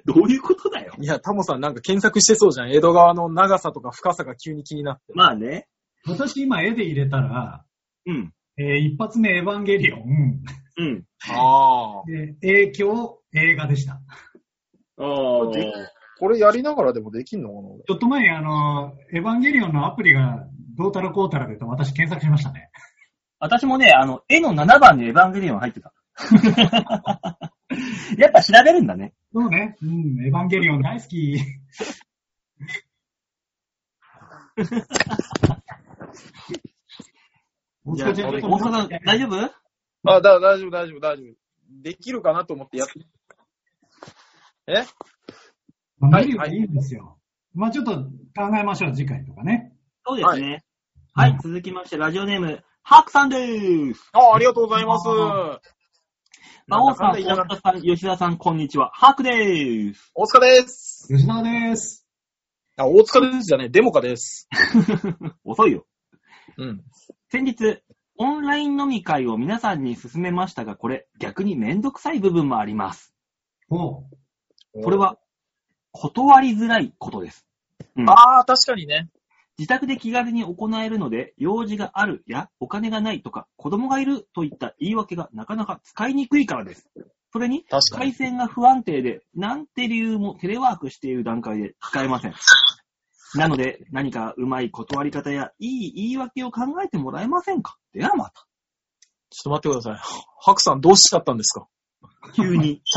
Speaker 2: どういうことだよ。
Speaker 3: いや、タモさんなんか検索してそうじゃん。江戸川の長さとか深さが急に気になって。
Speaker 2: まあね。
Speaker 4: 私今絵で入れたら、
Speaker 2: うん。
Speaker 4: えー一発目エヴァンゲリオン、
Speaker 2: うん。
Speaker 3: ああ。
Speaker 4: で影響映画でした。
Speaker 2: ああ。
Speaker 3: でこれやりながらでもできんのかな俺
Speaker 4: ちょっと前、あの、エヴァンゲリオンのアプリがどうたらこうたらでと私検索しましたね。
Speaker 2: 私もね、あの、絵の7番にエヴァンゲリオン入って た。やっぱ調べるんだね。
Speaker 4: そうね。うん、エヴァンゲリオン大好き。 大塚ちゃん、ちょっと
Speaker 2: 大塚さん、大丈夫
Speaker 3: あ、だ、大丈夫、大丈夫、大丈夫。できるかなと思ってやっえ
Speaker 4: まあ見るよりいいんですよ。まあちょっと考えましょう、次回とかね。
Speaker 2: そうですね。はい、続きまして、ラジオネーム、ハークさんでーす。
Speaker 3: あ、ありがとうございます。
Speaker 4: あ
Speaker 2: 馬王さん、
Speaker 3: なんだかんだ言い
Speaker 2: 大
Speaker 3: ながら
Speaker 2: 塚さん、吉田さん、こんにちは。ハークでーす。
Speaker 3: 大塚です。
Speaker 4: 吉田です。
Speaker 3: あ、大塚ですじゃねえ、デモカです。
Speaker 2: 遅いよ。
Speaker 3: うん。
Speaker 2: 先日、オンライン飲み会を皆さんに勧めましたが、これ、逆にめんどくさい部分もあります。
Speaker 4: おう
Speaker 2: これは、断りづらいことです。うん
Speaker 3: ああ、確かにね。
Speaker 2: 自宅で気軽に行えるので、用事があるやお金がないとか、子供がいるといった言い訳がなかなか使いにくいからです。それに、
Speaker 3: 確か
Speaker 2: 回
Speaker 3: に。
Speaker 2: 線が不安定で、なんて理由もテレワークしている段階で使えません。なので、何かうまい断り方やいい言い訳を考えてもらえませんかではまた。
Speaker 3: ちょっと待ってください。ハクさんどうしちゃったんですか
Speaker 2: 急に。
Speaker 3: ち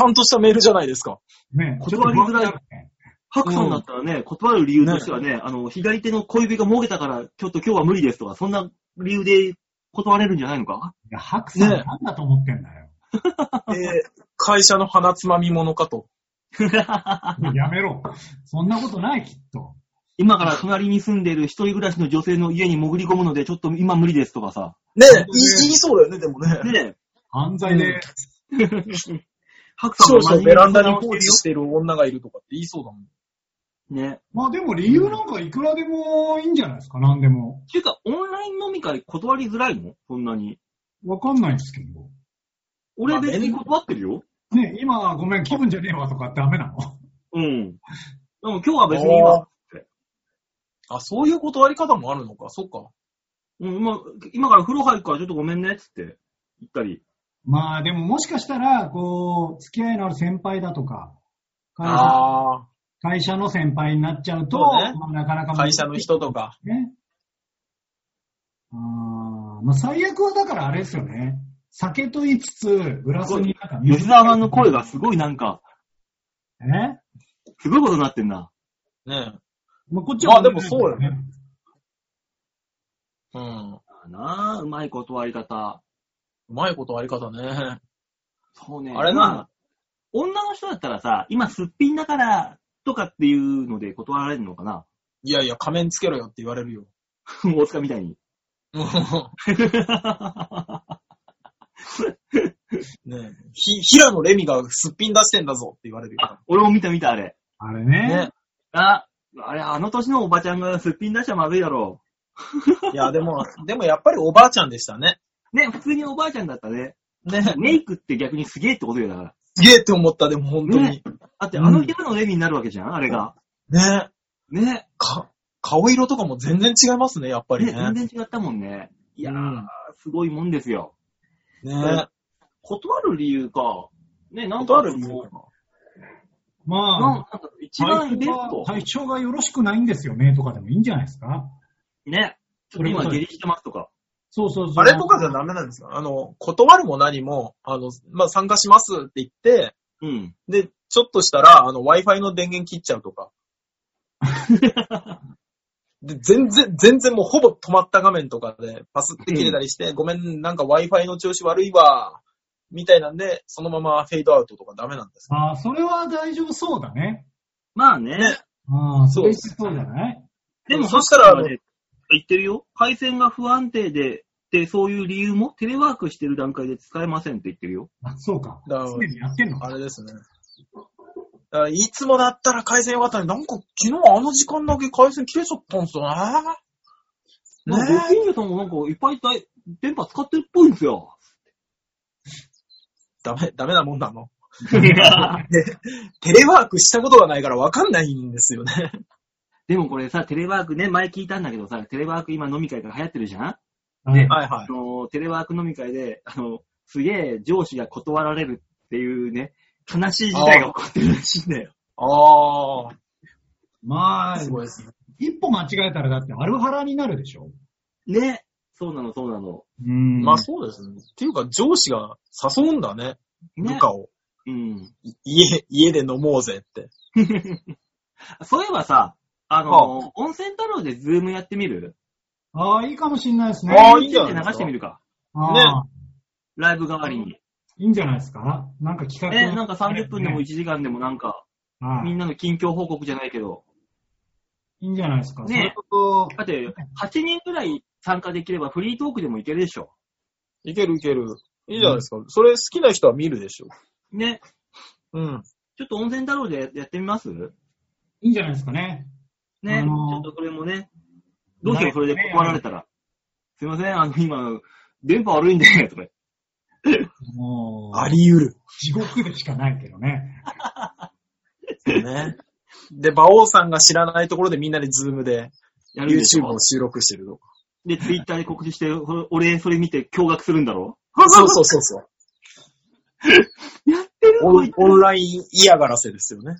Speaker 3: ゃんとしたメールじゃないですか。
Speaker 4: ねえ
Speaker 2: 断りづらい
Speaker 4: ちょっと不安になるね
Speaker 2: ハクさんだったらね、断る理由としてはね、あの、左手の小指がもげたから、ちょっと今日は無理ですとか、そんな理由で断れるんじゃないのか
Speaker 4: いや、ハクさん
Speaker 3: ねえ
Speaker 4: なんだと思ってんだよ。
Speaker 3: えー会社の鼻つまみものかと。
Speaker 4: やめろ。そんなことない、きっと。
Speaker 2: 今から隣に住んでる一人暮らしの女性の家に潜り込むので、ちょっと今無理ですとかさ。
Speaker 3: ねえ、言い言いそうだよね、でもね。
Speaker 2: で、
Speaker 4: 犯罪で、
Speaker 2: 白さん
Speaker 3: 少
Speaker 2: は
Speaker 3: 々ベランダに放
Speaker 2: 真面目
Speaker 3: 置してる女がいるとかって言いそうだもん。
Speaker 2: ね。
Speaker 4: まあでも理由なんかいくらでもいいんじゃないですか、なんでも。
Speaker 2: ていうか、オンライン飲み会断りづらいのそんなに。
Speaker 4: わかんないんですけど。
Speaker 2: 俺
Speaker 3: まあ
Speaker 2: 別に断ってるよ。
Speaker 4: ね、今ごめん、気分じゃねえわとかダメなの
Speaker 2: うん。でも今日は別に今、
Speaker 3: あ、そういう断り方もあるのか、そっか。
Speaker 2: うん、まあ今から風呂入るからちょっとごめんねっつって言ったり。
Speaker 4: まあでももしかしたら、こう、付き合いのある先輩だとか、会社
Speaker 3: あ
Speaker 4: 会社の先輩になっちゃうと、
Speaker 3: そうね
Speaker 4: まあなかなか
Speaker 3: あ、会社の人とか。
Speaker 4: ね。あーまあ最悪はだからあれですよね。酒と言いつつ、グラスになんか
Speaker 2: 吉沢さんの声がすごいなんか、
Speaker 4: え、ね
Speaker 2: すごいことになってんな。
Speaker 3: ね
Speaker 4: まあ、こっ
Speaker 3: まあでもそうよね。え。うん。う
Speaker 2: なあ、うまい断り方。
Speaker 3: まい断り方ね。
Speaker 2: そうね。
Speaker 3: あれな
Speaker 2: まあ女の人だったらさ、今すっぴんだから、とかっていうので断られるのかな
Speaker 3: いやいや、仮面つけろよって言われるよ。
Speaker 2: 大塚みたいに。
Speaker 3: うんねえ、ひ、平野レミがすっぴん出してんだぞって言われるよ。
Speaker 2: あ俺も見た見た、あれ。
Speaker 4: あれね。
Speaker 3: ね。
Speaker 2: あ、あれ、あの年のおばちゃんがすっぴん出しちゃまずいだろ
Speaker 3: いや、でも、でもやっぱりおばあちゃんでしたね。
Speaker 2: う。ね、普通におばあちゃんだったね。
Speaker 3: ねえ
Speaker 2: メイクって逆にすげえってことよ、だから。
Speaker 3: すげえって思った、でも本当に。
Speaker 2: だってあのギャルのレミになるわけじゃん、あれが。
Speaker 3: ねえ
Speaker 2: ね。
Speaker 3: か、顔色とかも全然違いますね、やっぱり
Speaker 2: ね、
Speaker 3: ね。
Speaker 2: 全然違ったもんね。いやー、
Speaker 3: うん
Speaker 2: すごいもんですよ。
Speaker 3: ね
Speaker 2: 断る理由か。ね、
Speaker 3: え。
Speaker 2: なんか
Speaker 3: 断る理
Speaker 2: こ
Speaker 3: 由
Speaker 2: う
Speaker 3: かな
Speaker 2: うんなん
Speaker 4: まあ、
Speaker 2: か一番イベント。
Speaker 4: 体調がよろしくないんですよねとかでもいいんじゃないですか
Speaker 2: ね。ちょっと今下痢してますとか。
Speaker 4: そうそうそう。
Speaker 3: あれとかじゃダメなんですかあの、断るも何も、あの、まあ、参加しますって言って、
Speaker 2: うん。
Speaker 3: で、ちょっとしたら、あの、Wi-Fi の電源切っちゃうとか。で、全然、全然もうほぼ止まった画面とかで、パスって切れたりして、ごめん、なんか Wi-Fi の調子悪いわ、みたいなんで、そのままフェードアウトとかダメなんですか
Speaker 4: ああ、それは大丈夫そうだね。
Speaker 2: まあね。
Speaker 4: ああ、
Speaker 3: そ
Speaker 4: そううそうじゃない
Speaker 2: でも、
Speaker 3: そしたらあの
Speaker 2: ね、言ってるよ。回線が不安定で、で、そういう理由もテレワークしてる段階で使えませんって言ってるよ。
Speaker 4: あ、そうか。
Speaker 3: だから
Speaker 4: すでにやってんのか。
Speaker 3: あれですね。だからいつもだったら回線良かったのに、なんか昨日あの時間だけ回線切れちゃったんですよね。
Speaker 2: なんかご
Speaker 3: ねえ
Speaker 2: 近所さんもなんかいっぱいだい電波使ってるっぽいんですよ。
Speaker 3: ダメ、ダメなもんなの。テレワークしたことがないから分かんないんですよね。
Speaker 2: でもこれさ、テレワークね、前聞いたんだけどさ、テレワーク今飲み会が流行ってるじゃん
Speaker 4: はい
Speaker 3: はいは
Speaker 2: あの、テレワーク飲み会で、あの、すげえ上司が断られるっていうね、悲しい事態が起こってるらしいんだよ。
Speaker 3: あ
Speaker 4: ま
Speaker 3: あ、
Speaker 4: あ
Speaker 3: す、ごいですね。
Speaker 4: 一歩間違えたらだってアルハラになるでしょ
Speaker 2: ね。そうなの、そうなの。
Speaker 4: うん
Speaker 3: まあそうですね。っていうか上司が誘うんだね、
Speaker 2: ね
Speaker 3: 部下を。
Speaker 2: うん。
Speaker 3: い家、家で飲もうぜって。
Speaker 2: そういえばさ、あ
Speaker 3: は
Speaker 2: の、温泉太郎でズームやってみる
Speaker 4: ああ、いいかもしんないですね。
Speaker 3: ああいいんじゃない
Speaker 2: 流
Speaker 3: ですか
Speaker 2: してみるか。
Speaker 4: ああ
Speaker 2: ライブ代わりに。
Speaker 4: いいんじゃないですかなんか企画。
Speaker 2: ね、なんか30分でも1
Speaker 4: いい。
Speaker 2: 時間でもなんか、
Speaker 4: ああ
Speaker 2: みんなの近況報告じゃないけど。
Speaker 4: いいんじゃないですか。
Speaker 2: ね
Speaker 4: それと、
Speaker 2: だって、8人くらい参加できればフリートークでもいけるでしょ。
Speaker 3: いけるいける。いいじゃないですか。それ好きな人は見るでしょ。
Speaker 2: ね。
Speaker 3: うん。
Speaker 2: ちょっと温泉太郎でややってみます
Speaker 4: いいんじゃないですかね。
Speaker 2: ね、
Speaker 4: あのー
Speaker 2: ちょっとこれもね、どうしよう、それで断られたら。すいません、あの、今、電波悪いんで、とか。
Speaker 4: もう、
Speaker 3: あり得
Speaker 4: 地獄でしかないけどね。
Speaker 3: る。ね。 で、馬王さんが知らないところでみんなでズームで
Speaker 2: やるでし
Speaker 3: YouTube
Speaker 2: ょ
Speaker 3: を。収録してるとか。
Speaker 2: で、ツイッターで告知して、ほ俺、それ見て驚愕するんだろ
Speaker 3: そうそうそうそう。
Speaker 2: やってる
Speaker 3: オンオンライン嫌がらせですよね。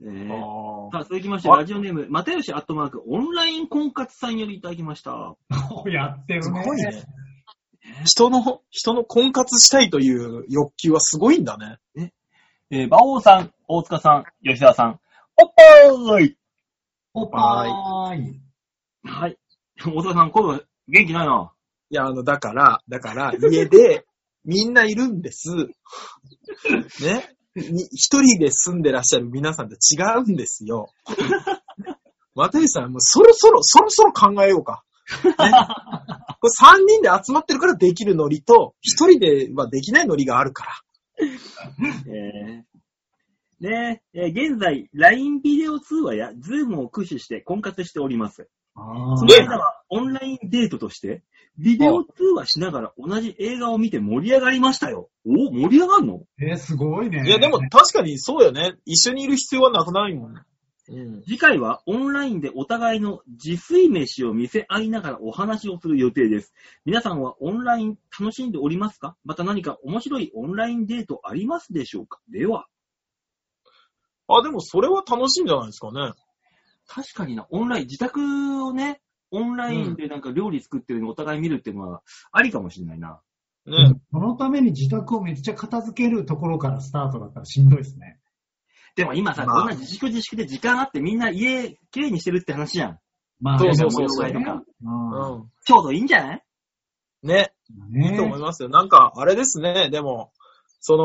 Speaker 2: ねえ
Speaker 3: あ
Speaker 2: さあ、続きまして、
Speaker 3: あ
Speaker 2: ラジオネーム、又吉アットマーク、オンライン婚活さんよりいただきました。
Speaker 4: やって
Speaker 3: あ。
Speaker 4: るね。
Speaker 3: すごいね。人の、人の婚活したいという欲求はすごいんだね。
Speaker 2: えー、馬王さん、大塚さん、吉沢さん、おっぱーい
Speaker 4: おっぱーい。
Speaker 2: はい。大塚さん、声が元気ないな。
Speaker 3: いや、あの、だ から、だから、家で、みんないるんです。ね。に一人で住んでらっしゃる皆さんと違うんですよ。 渡辺さん、もうそろそろ、そろそろ考えようか。 ね、これ3人で集まってるからできるノリと、一人ではできないノリがあるから。
Speaker 2: えーねえー現在、LINE ビデオ通話や Zoom を駆使して婚活しております。
Speaker 4: あ
Speaker 2: そ
Speaker 4: ー
Speaker 2: の間はオンラインデートとして、ビデオ通話しながら同じ映画を見て盛り上がりましたよ。お盛り上がるの
Speaker 4: えーすごいね。
Speaker 3: いや、でも確かにそうよね。一緒にいる必要はなくないもん。うん。
Speaker 2: 次回はオンラインでお互いの自炊飯を見せ合いながらお話をする予定です。皆さんはオンライン楽しんでおりますかまた何か面白いオンラインデートありますでしょうかでは、
Speaker 3: あ、でもそれは楽しいんじゃないですかね。
Speaker 2: 確かにな、オンライン、自宅をね、オンラインでなんか料理作ってるのをお互い見るっていうのはありかもしれないな。
Speaker 3: ね。
Speaker 4: そのために自宅をめっちゃ片付けるところからスタートだったらしんどいですね。
Speaker 2: でも今さ、
Speaker 3: まあ
Speaker 2: こんな自粛自粛で時間あってみんな家、綺麗にしてるって話じゃん。
Speaker 4: まあ、
Speaker 3: そうそうそう
Speaker 2: そう
Speaker 4: ねうん
Speaker 3: う
Speaker 2: ちょうどいいんじゃない
Speaker 3: ん。ね。いい
Speaker 4: ね
Speaker 3: と思いますよ。なんか、あれですね、でも、そ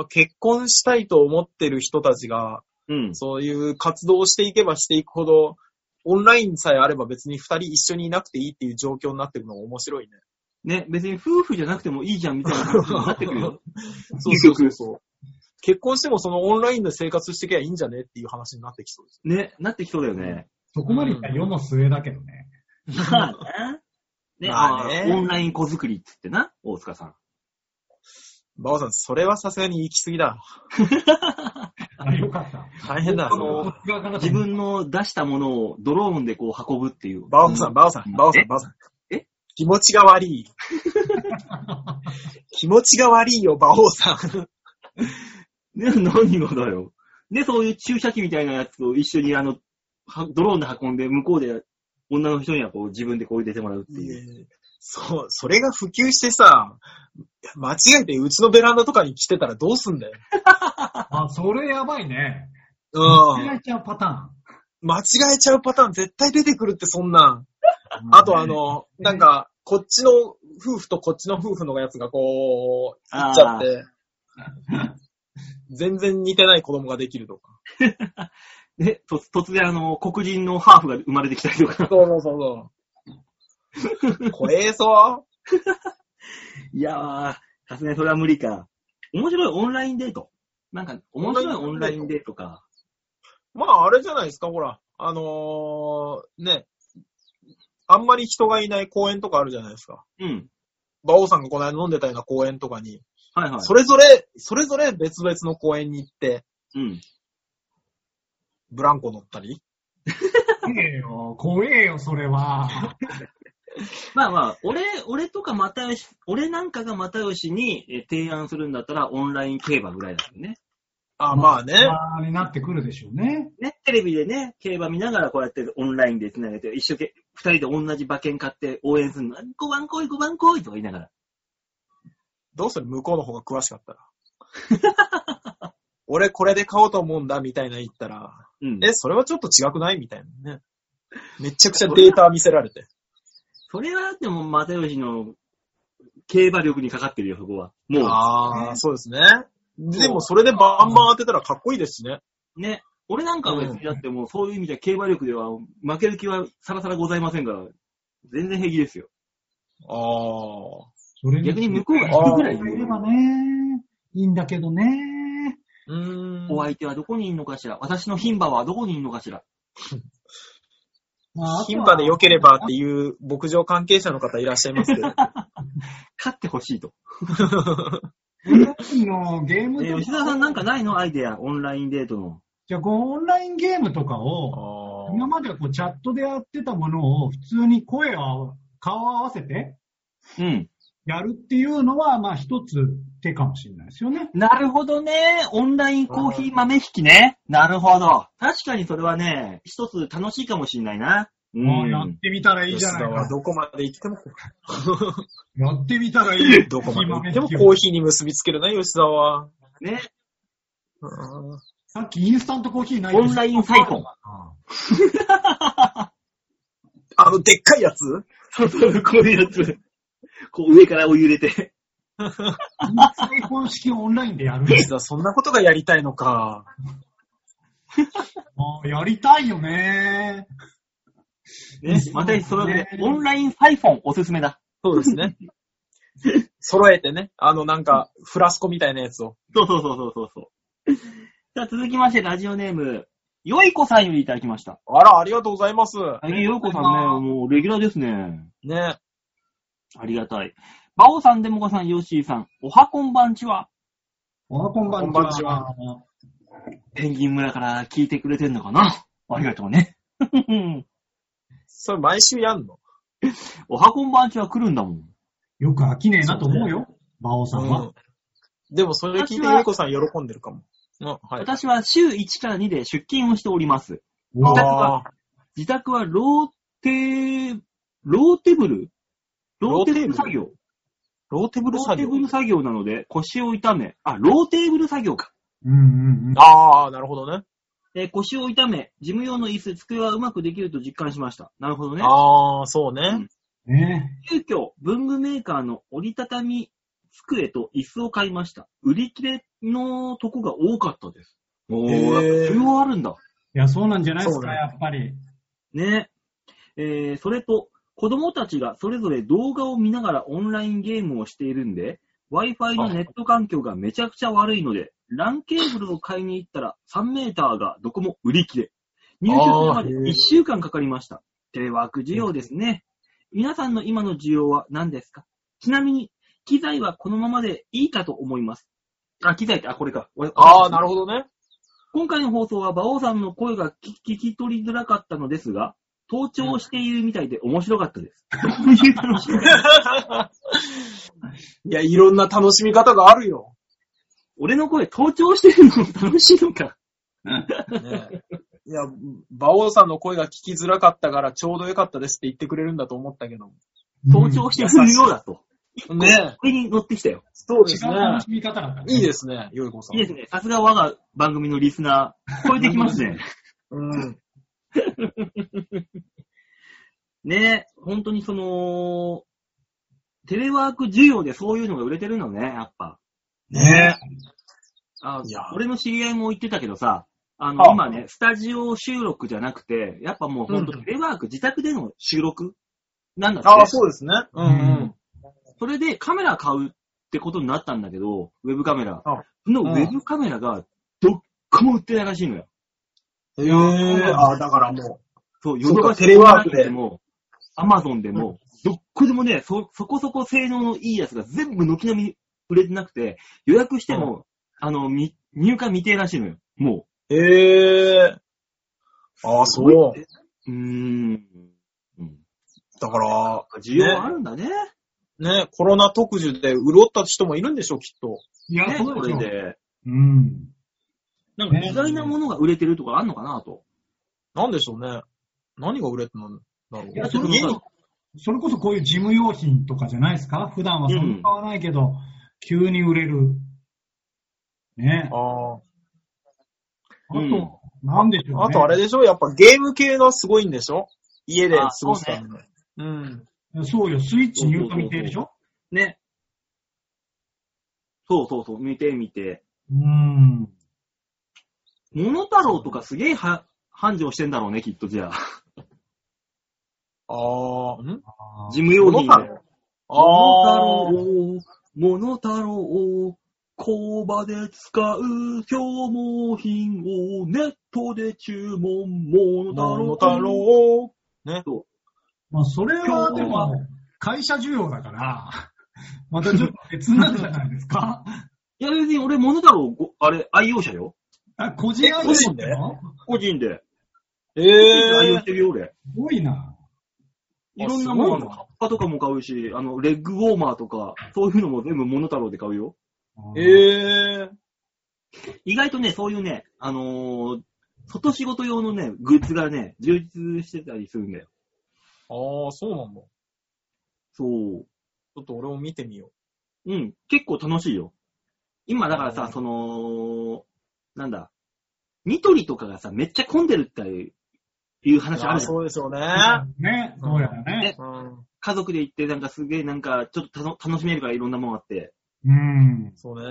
Speaker 3: の、結婚したいと思ってる人たちが、
Speaker 2: うん。
Speaker 3: そういう活動をしていけばしていくほど、オンラインさえあれば別に二人一緒にいなくていいっていう状況になってくのが面白いね。
Speaker 2: ね、別に夫婦じゃなくてもいいじゃんみたいな感じになってくる よ。
Speaker 3: そうそうそうそう。結婚してもそのオンラインで生活していけばいいんじゃねっていう話になってきそうです。
Speaker 2: ね、なってきそうだよね。
Speaker 4: そこまでいったら世の末だけどね。
Speaker 2: まあな。ね、
Speaker 3: まあ
Speaker 2: あ
Speaker 3: ね
Speaker 2: ーオンライン子作りっつってな、大塚さん。
Speaker 3: バオさん、それはさすがに行き過ぎだ。
Speaker 4: あ、よかった。
Speaker 3: 大変だ。
Speaker 2: あのー自分の出したものをドローンでこう運ぶって いう。
Speaker 3: バオさん、バオさん、バオさ
Speaker 2: え
Speaker 3: ん、バオさん。
Speaker 2: え
Speaker 3: 気持ちが悪 い。気持ちが悪いよ、バオさん。
Speaker 2: ね、何がだよ。で、そういう注射器みたいなやつを一緒にあの、はドローンで運んで、向こうで女の人にはこう自分でこう入れてもらうっていう。
Speaker 3: そう、それが普及してさ、間違えてうちのベランダとかに来てたらどうすんだよ。
Speaker 4: あ、それやばいね。
Speaker 3: う
Speaker 4: や
Speaker 3: ん。
Speaker 4: っちゃうパタ
Speaker 3: 間違えちゃうパターン絶対出てくるってそんなん。
Speaker 4: ーン。
Speaker 3: あとあの、なんか、こっちの夫婦とこっちの夫婦のやつがこう、いっちゃって、全然似てない子供ができるとか。
Speaker 2: で、と突然あの、黒人のハーフが生まれてきたりとか。
Speaker 3: そうそうそうそう。怖えぞ。
Speaker 2: いやー、さすがにそれは無理か。面白いオンラインデート。なんか、面白いオンラインデートか。
Speaker 3: まあ、あれじゃないですか、ほら。あのー、ね。あんまり人がいない公園とかあるじゃないですか。
Speaker 2: うん。
Speaker 3: 馬王さんがこの間飲んでたような公園とかに、
Speaker 2: はいはい。
Speaker 3: それぞれ、それぞれ別々の公園に行って、
Speaker 2: うん。
Speaker 3: ブランコ乗ったり。
Speaker 4: 怖えよ、怖えよ、それは。
Speaker 2: まあまあ、俺、俺とか又吉、俺なんかが又吉にえ提案するんだったらオンライン競馬ぐらいだよね。
Speaker 3: あ、まあね。
Speaker 4: あれになってくるでしょうね。
Speaker 2: ね、テレビでね、競馬見ながらこうやってオンラインで繋げて、一生懸命、二人で同じ馬券買って応援するの。5番来い、5番来いとか言いながら。
Speaker 3: どうする向こうの方が詳しかったら。 俺これで買おうと思うんだ、みたいな言ったら、
Speaker 2: うん。
Speaker 3: え、それはちょっと違くないみたいなね。めちゃくちゃデータ見せられて。
Speaker 2: それはでも又吉の競馬力にかかってるよ、そこは。もう。
Speaker 3: ああ、そうですね。でもそれでバンバン当てたらかっこいいですしね。
Speaker 2: ね。俺なんかは別にだってもうそういう意味じゃ競馬力では負ける気はさらさらございませんから、全然平気ですよ。
Speaker 3: ああ。
Speaker 4: それ
Speaker 2: 逆に向こうが引くぐらい
Speaker 4: がいればね、いいんだけどね。
Speaker 3: うーん。
Speaker 2: お相手はどこにいるのかしら私の牝馬はどこにいるのかしら
Speaker 4: まあ、あと
Speaker 3: 頻
Speaker 4: は
Speaker 3: 繁で良ければっていう牧場関係者の方いらっしゃ いますけど。
Speaker 2: 勝ってほしいと。
Speaker 4: オンラインのゲーム
Speaker 2: えー
Speaker 4: と
Speaker 2: 吉田さんなんかないのアイデア、オンラインデートの。
Speaker 4: じゃあ、こうオンラインゲームとかを、
Speaker 3: あー
Speaker 4: 今まではこうチャットでやってたものを、普通に声を、顔を合わせて
Speaker 2: うん。
Speaker 4: やるっていうのは、まあ一つ手かもしれないですよね。
Speaker 2: なるほどね。オンラインコーヒー豆引きね。なるほど。確かにそれはね、一つ楽しいかもしんないな。う
Speaker 4: もうやっ
Speaker 2: ん。
Speaker 4: てみたらいいじゃ
Speaker 3: 吉
Speaker 4: ない
Speaker 3: 田は
Speaker 4: か。
Speaker 3: どこまで行っても、
Speaker 4: やってみたらいい。
Speaker 3: どこまで行
Speaker 4: 今
Speaker 3: っても
Speaker 4: ね
Speaker 3: コーヒーに結びつけるな、吉田は。
Speaker 2: ね。
Speaker 3: うん
Speaker 4: さっきインスタントコーヒーない
Speaker 2: オンライン再婚。
Speaker 3: あの、でっかいやつ
Speaker 2: そうそう、こういうやつ。こう上からお湯入れて。
Speaker 4: 再婚式をオンラインでやるんで
Speaker 3: 吉
Speaker 4: す
Speaker 3: 田、そんなことがやりたいのか。
Speaker 4: あーやりたいよね。
Speaker 2: ね、またそれで、オンラインサイフォンおすすめだ。
Speaker 3: そうですね。 揃えてね、あのなんか、フラスコみたいなやつを。
Speaker 2: そうそうそうそうそうそう。じゃあ続きまして、ラジオネーム、よいこさんよりいただきました。
Speaker 3: あら、ありがとうございます。
Speaker 2: 最近よいこさん
Speaker 4: ありがとうございま
Speaker 2: ね、もうレギュラーですね。
Speaker 3: ね。
Speaker 2: ありがたい。バオさん、デモカさん、ヨッシーさん、おはこんばんちは。
Speaker 4: あーこんば
Speaker 3: こ
Speaker 4: ん
Speaker 3: んばん
Speaker 4: ち
Speaker 3: ち
Speaker 4: は
Speaker 3: は。
Speaker 2: ペンギン村から聞いてくれてんのかなありがとうね。
Speaker 3: それ毎週やんの
Speaker 2: おはこんばんちは来るんだもん。
Speaker 4: よく飽きねえなと思うよ、馬王さんは。
Speaker 3: うん。でもそれ聞いてゆいこさん喜んでるかも。うん、はい。
Speaker 2: 私は週1から2で出勤をしております。
Speaker 4: おー
Speaker 3: あー
Speaker 2: 自宅はローテー、ローテーブルローテーブル作業。
Speaker 3: ローテーブル
Speaker 2: ロー
Speaker 3: 作
Speaker 2: テー
Speaker 3: 業
Speaker 2: ブ。ル作業なので腰を痛め、あ、ローテーブル作業か。
Speaker 4: うんうんうん。
Speaker 3: ああ、なるほどね。
Speaker 2: えー腰を痛め、事務用の椅子、机はうまくできると実感しました。なるほどね。
Speaker 3: ああ、そうね。
Speaker 4: ね
Speaker 2: 急遽、文具メーカーの折りたたみ机と椅子を買いました。売り切れのとこが多かったです。お
Speaker 3: へー
Speaker 2: 需要あるんだ。
Speaker 4: いや、そうなんじゃないです
Speaker 3: そう
Speaker 4: か、
Speaker 3: ね
Speaker 4: やっぱり。
Speaker 2: ねえーそれと、子供たちがそれぞれ動画を見ながらオンラインゲームをしているんで、Wi-Fi のネット環境がめちゃくちゃ悪いので、LAN ケーブルを買いに行ったら3メーターがどこも売り切れ。入手するまで
Speaker 3: あーへー
Speaker 2: 1週間かかりました。テレワーク需要ですね。皆さんの今の需要は何ですかちなみに、機材はこのままでいいかと思います。あ、機材って、あ、これか。
Speaker 3: ああ、なるほどね。
Speaker 2: 今回の放送は馬王さんの声が聞き聞き取りづらかったのですが、盗聴しているみたいで面白かった です。
Speaker 3: いや、いろんな楽しみ方があるよ。
Speaker 2: 俺の声盗聴してるの楽しいのか。
Speaker 3: ねいや、馬王さんの声が聞きづらかったからちょうどよかったですって言ってくれるんだと思ったけど。
Speaker 2: 盗聴してくるようだと。
Speaker 3: ね
Speaker 2: 上に乗ってきたよ。
Speaker 3: そう
Speaker 4: 違
Speaker 3: です
Speaker 4: う
Speaker 3: ね
Speaker 4: 楽。しみ方だったね
Speaker 3: いいですね、よいこさん。
Speaker 2: いいですね。さすが我が番組のリスナー。超えてきますね。
Speaker 3: うん。
Speaker 2: ねえ、本当にその、テレワーク需要でそういうのが売れてるのね、やっぱ。
Speaker 3: ね
Speaker 2: あ
Speaker 3: いや
Speaker 2: 俺の知り合いも言ってたけどさ、あ
Speaker 3: あ
Speaker 2: の、今ね、スタジオ収録じゃなくて、やっぱもう本当
Speaker 3: うん
Speaker 2: テレワーク、自宅での収録なんだって。
Speaker 3: ああ、そうですね。うんうん。
Speaker 2: それでカメラ買うってことになったんだけど、ウェブカメラ。
Speaker 3: あ
Speaker 2: その
Speaker 3: うん
Speaker 2: ウェブカメラがどっこも売ってないらしいのよ。
Speaker 3: へえ、ああ、だからも
Speaker 2: そう、
Speaker 3: そうか
Speaker 2: が
Speaker 3: テレワークで
Speaker 2: でも、アマゾンでも、どっこでもね、そ、そこそこ性能のいいやつが全部軒並み売れてなくて、予約しても、あの、み入荷未定らしいのよ。もう。
Speaker 3: う。へえ。ああ、そ
Speaker 2: う
Speaker 3: う。
Speaker 2: ーん。うん
Speaker 3: だから、
Speaker 2: 需要はあるんだね。
Speaker 3: ね、コロナ特需で潤った人もいるんでしょ、きっと。
Speaker 4: いや、
Speaker 2: ね
Speaker 4: そ
Speaker 2: そう
Speaker 4: で
Speaker 2: れ
Speaker 4: すよ。
Speaker 2: で。
Speaker 4: うん。
Speaker 3: なん
Speaker 4: かね
Speaker 2: 意外なものが売れてるとかあんのかなと。
Speaker 3: なんでしょうね。何が売れてるんだろう。
Speaker 4: いや
Speaker 2: それも
Speaker 3: 家に
Speaker 4: それこそこういう事務用品とかじゃないですか普段はそんな買わないけど、急に売れる。ねあ
Speaker 3: あ
Speaker 4: と、
Speaker 2: うん
Speaker 4: なんでしょうね。
Speaker 3: あ。あとあれでしょやっぱゲーム系がすごいんでしょ家で過ごすための。うん。
Speaker 4: そうよ、スイッチ入荷未定でしょ
Speaker 2: ね。そうそうそう、見て見て。
Speaker 4: うん。
Speaker 2: モノタロウとかすげえは繁盛してんだろうね、きっとじゃあ。
Speaker 3: ああ、ん
Speaker 4: あ
Speaker 2: 事務用品
Speaker 3: モノタ
Speaker 2: で。
Speaker 3: ロ
Speaker 2: モノタ
Speaker 3: ああ。
Speaker 2: ロウ、モノタロウ、工場で使う消耗品をネットで注文、モノタロウ。
Speaker 3: 桃太郎。
Speaker 4: まあ、それはで
Speaker 2: 今日
Speaker 4: も、会社需要だから、 またちょっと別なんじゃないで すか
Speaker 2: いや別に俺モノタロウご、あれ、愛用者よ。
Speaker 4: あ、個人愛
Speaker 3: 個人です
Speaker 2: 個人で。
Speaker 3: え
Speaker 2: 愛用し
Speaker 3: え。
Speaker 2: てるよ、俺。
Speaker 4: すごいな。
Speaker 2: いろんなもの、
Speaker 3: あすごいな
Speaker 2: カッパとかも買うし、あの、レッグウォーマーとか、そういうのも全部モノタロウで買うよ。
Speaker 4: え
Speaker 3: ええ。
Speaker 2: 意外とね、そういうね、あのー外仕事用のね、グッズがね、充実してたりするんだよ。
Speaker 3: ああ、そうなんだ。ち
Speaker 2: そう。
Speaker 3: ょっと俺も見てみよ
Speaker 2: うん、結構楽しいよ。今だから
Speaker 3: あ
Speaker 2: さ、
Speaker 3: ー
Speaker 2: その、なんだ、ニトリとかがさ、めっちゃ混んでるっていう
Speaker 3: う。
Speaker 2: 話あ
Speaker 3: あ
Speaker 2: る
Speaker 3: あ、
Speaker 2: じゃん。
Speaker 3: そうでしょうね。
Speaker 4: ね、どうやらね。
Speaker 2: ね
Speaker 3: うん。
Speaker 2: 家族で行って、なんかすげえなんか、ちょっとたの楽しめるからいろんなもんあって。
Speaker 4: うん。
Speaker 3: そうね。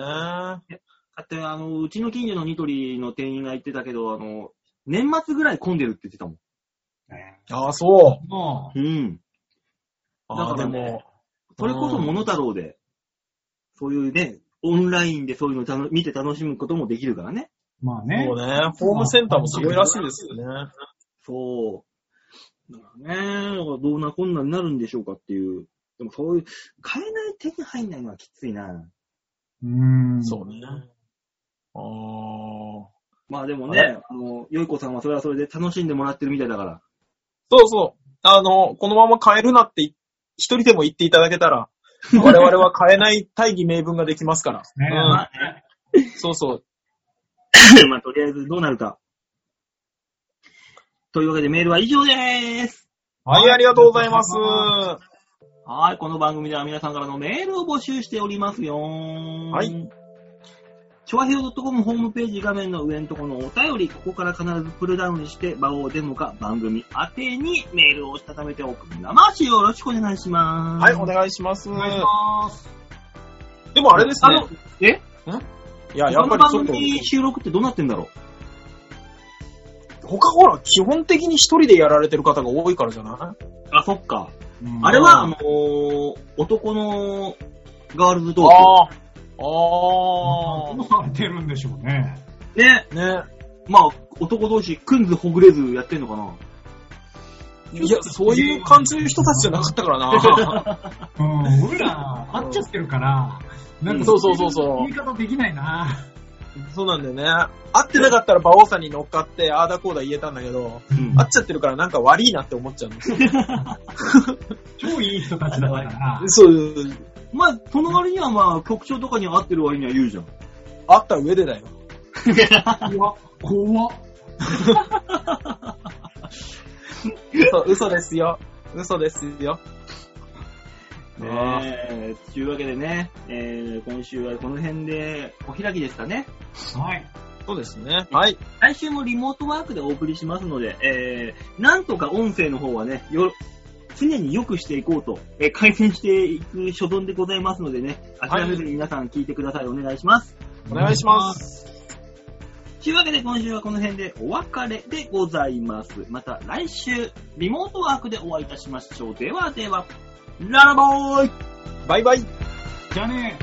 Speaker 2: だって、あの、うちの近所のニトリの店員が言ってたけど、あの、年末ぐらい混んでるって言ってたもん。
Speaker 3: ああ、そう。
Speaker 4: も
Speaker 2: うん。
Speaker 3: ああ、
Speaker 2: だ
Speaker 3: で
Speaker 2: からね
Speaker 3: も、
Speaker 2: それこそモノタロウで、そういうね、オンラインでそういうのをたの見て楽しむこともできるからね。
Speaker 4: う、まあね
Speaker 3: そう。ね。ホームセンターもすごいらしいですよね。
Speaker 2: そう。だからね、だからどんなこんなになるんでしょうかっていう。でもそういう、買えない手に入んないのはきついな。
Speaker 4: うん。
Speaker 3: そうね。ああ。
Speaker 2: まあでもね、あの、よいこさんはそれはそれで楽しんでもらってるみたいだから。
Speaker 3: そうそう。あの、このまま変えるなってい、一人でも言っていただけたら、我々は変えない大義名分ができますから。
Speaker 4: ね
Speaker 3: うん
Speaker 2: まあね、
Speaker 3: そうそう。
Speaker 2: まあとりあえずどうなるか。というわけでメールは以上でーす。
Speaker 3: はい、ありがとうございます。
Speaker 4: あ
Speaker 3: は。
Speaker 2: はい、この番組では皆さんからのメールを募集しておりますよはいチョアヘオ .com ホームページ画面の上のところのお便り、ここから必ずプルダウンして、場をデモか番組宛てにメールをしたためておくんなましよろしくお願いします。
Speaker 3: い、お願いします。
Speaker 4: お願いします。
Speaker 3: でもあれですね。
Speaker 2: あのえ
Speaker 3: いや、や
Speaker 2: こ
Speaker 3: っ
Speaker 2: の
Speaker 3: ぱり
Speaker 2: 番
Speaker 3: ちょっと、
Speaker 2: 組収録ってどうなってんだろ
Speaker 3: 他ほら、基本的に一人でやられてる方が多いからじゃないう
Speaker 2: あ、そっか。
Speaker 4: うん
Speaker 2: あれは、あのー男のガールズトー
Speaker 3: ああ。
Speaker 4: ど
Speaker 3: あ
Speaker 4: うされてるんでしょうね。
Speaker 2: ク。ね。
Speaker 3: あ。ね。
Speaker 2: まあ、男同士、くんずほぐれずやってんのかな。
Speaker 3: いや、そういう感じの人たちじゃなかったからな。
Speaker 4: うん、俺ら、会っちゃってるから、なんか
Speaker 3: そうそうそうそう
Speaker 4: 言い方できないな。
Speaker 3: そうなんだよね。会ってなかったら馬王さんに乗っかって、ああだこうだ言えたんだけど、
Speaker 2: うん
Speaker 3: 会っちゃってるからなんか悪いなって思っちゃ うんですよ。
Speaker 4: 超いい人たちだった から。
Speaker 3: そう、
Speaker 2: まあ、その割にはまあ、局長とかには合ってる割には言うじゃん。
Speaker 3: 会った上でだよ。
Speaker 4: 怖っ。怖っ。
Speaker 3: 嘘、嘘ですよ。嘘ですよ。
Speaker 2: ねえ、というわけでね、えー、今週はこの辺でお開きですかね。
Speaker 4: はい。
Speaker 3: そうですね。はい。
Speaker 2: 来週もリモートワークでお送りしますので、えー、なんとか音声の方はね、よ、常に良くしていこうと、えー改善していく所存でございますのでね、諦めずに皆さん聞いてください。お願いします。
Speaker 3: お願いします。
Speaker 2: というわけで今週はこの辺でお別れでございます。また来週、リモートワークでお会いいたしましょう。ではでは、ララバーイ
Speaker 3: バイバイ。
Speaker 4: じゃあね。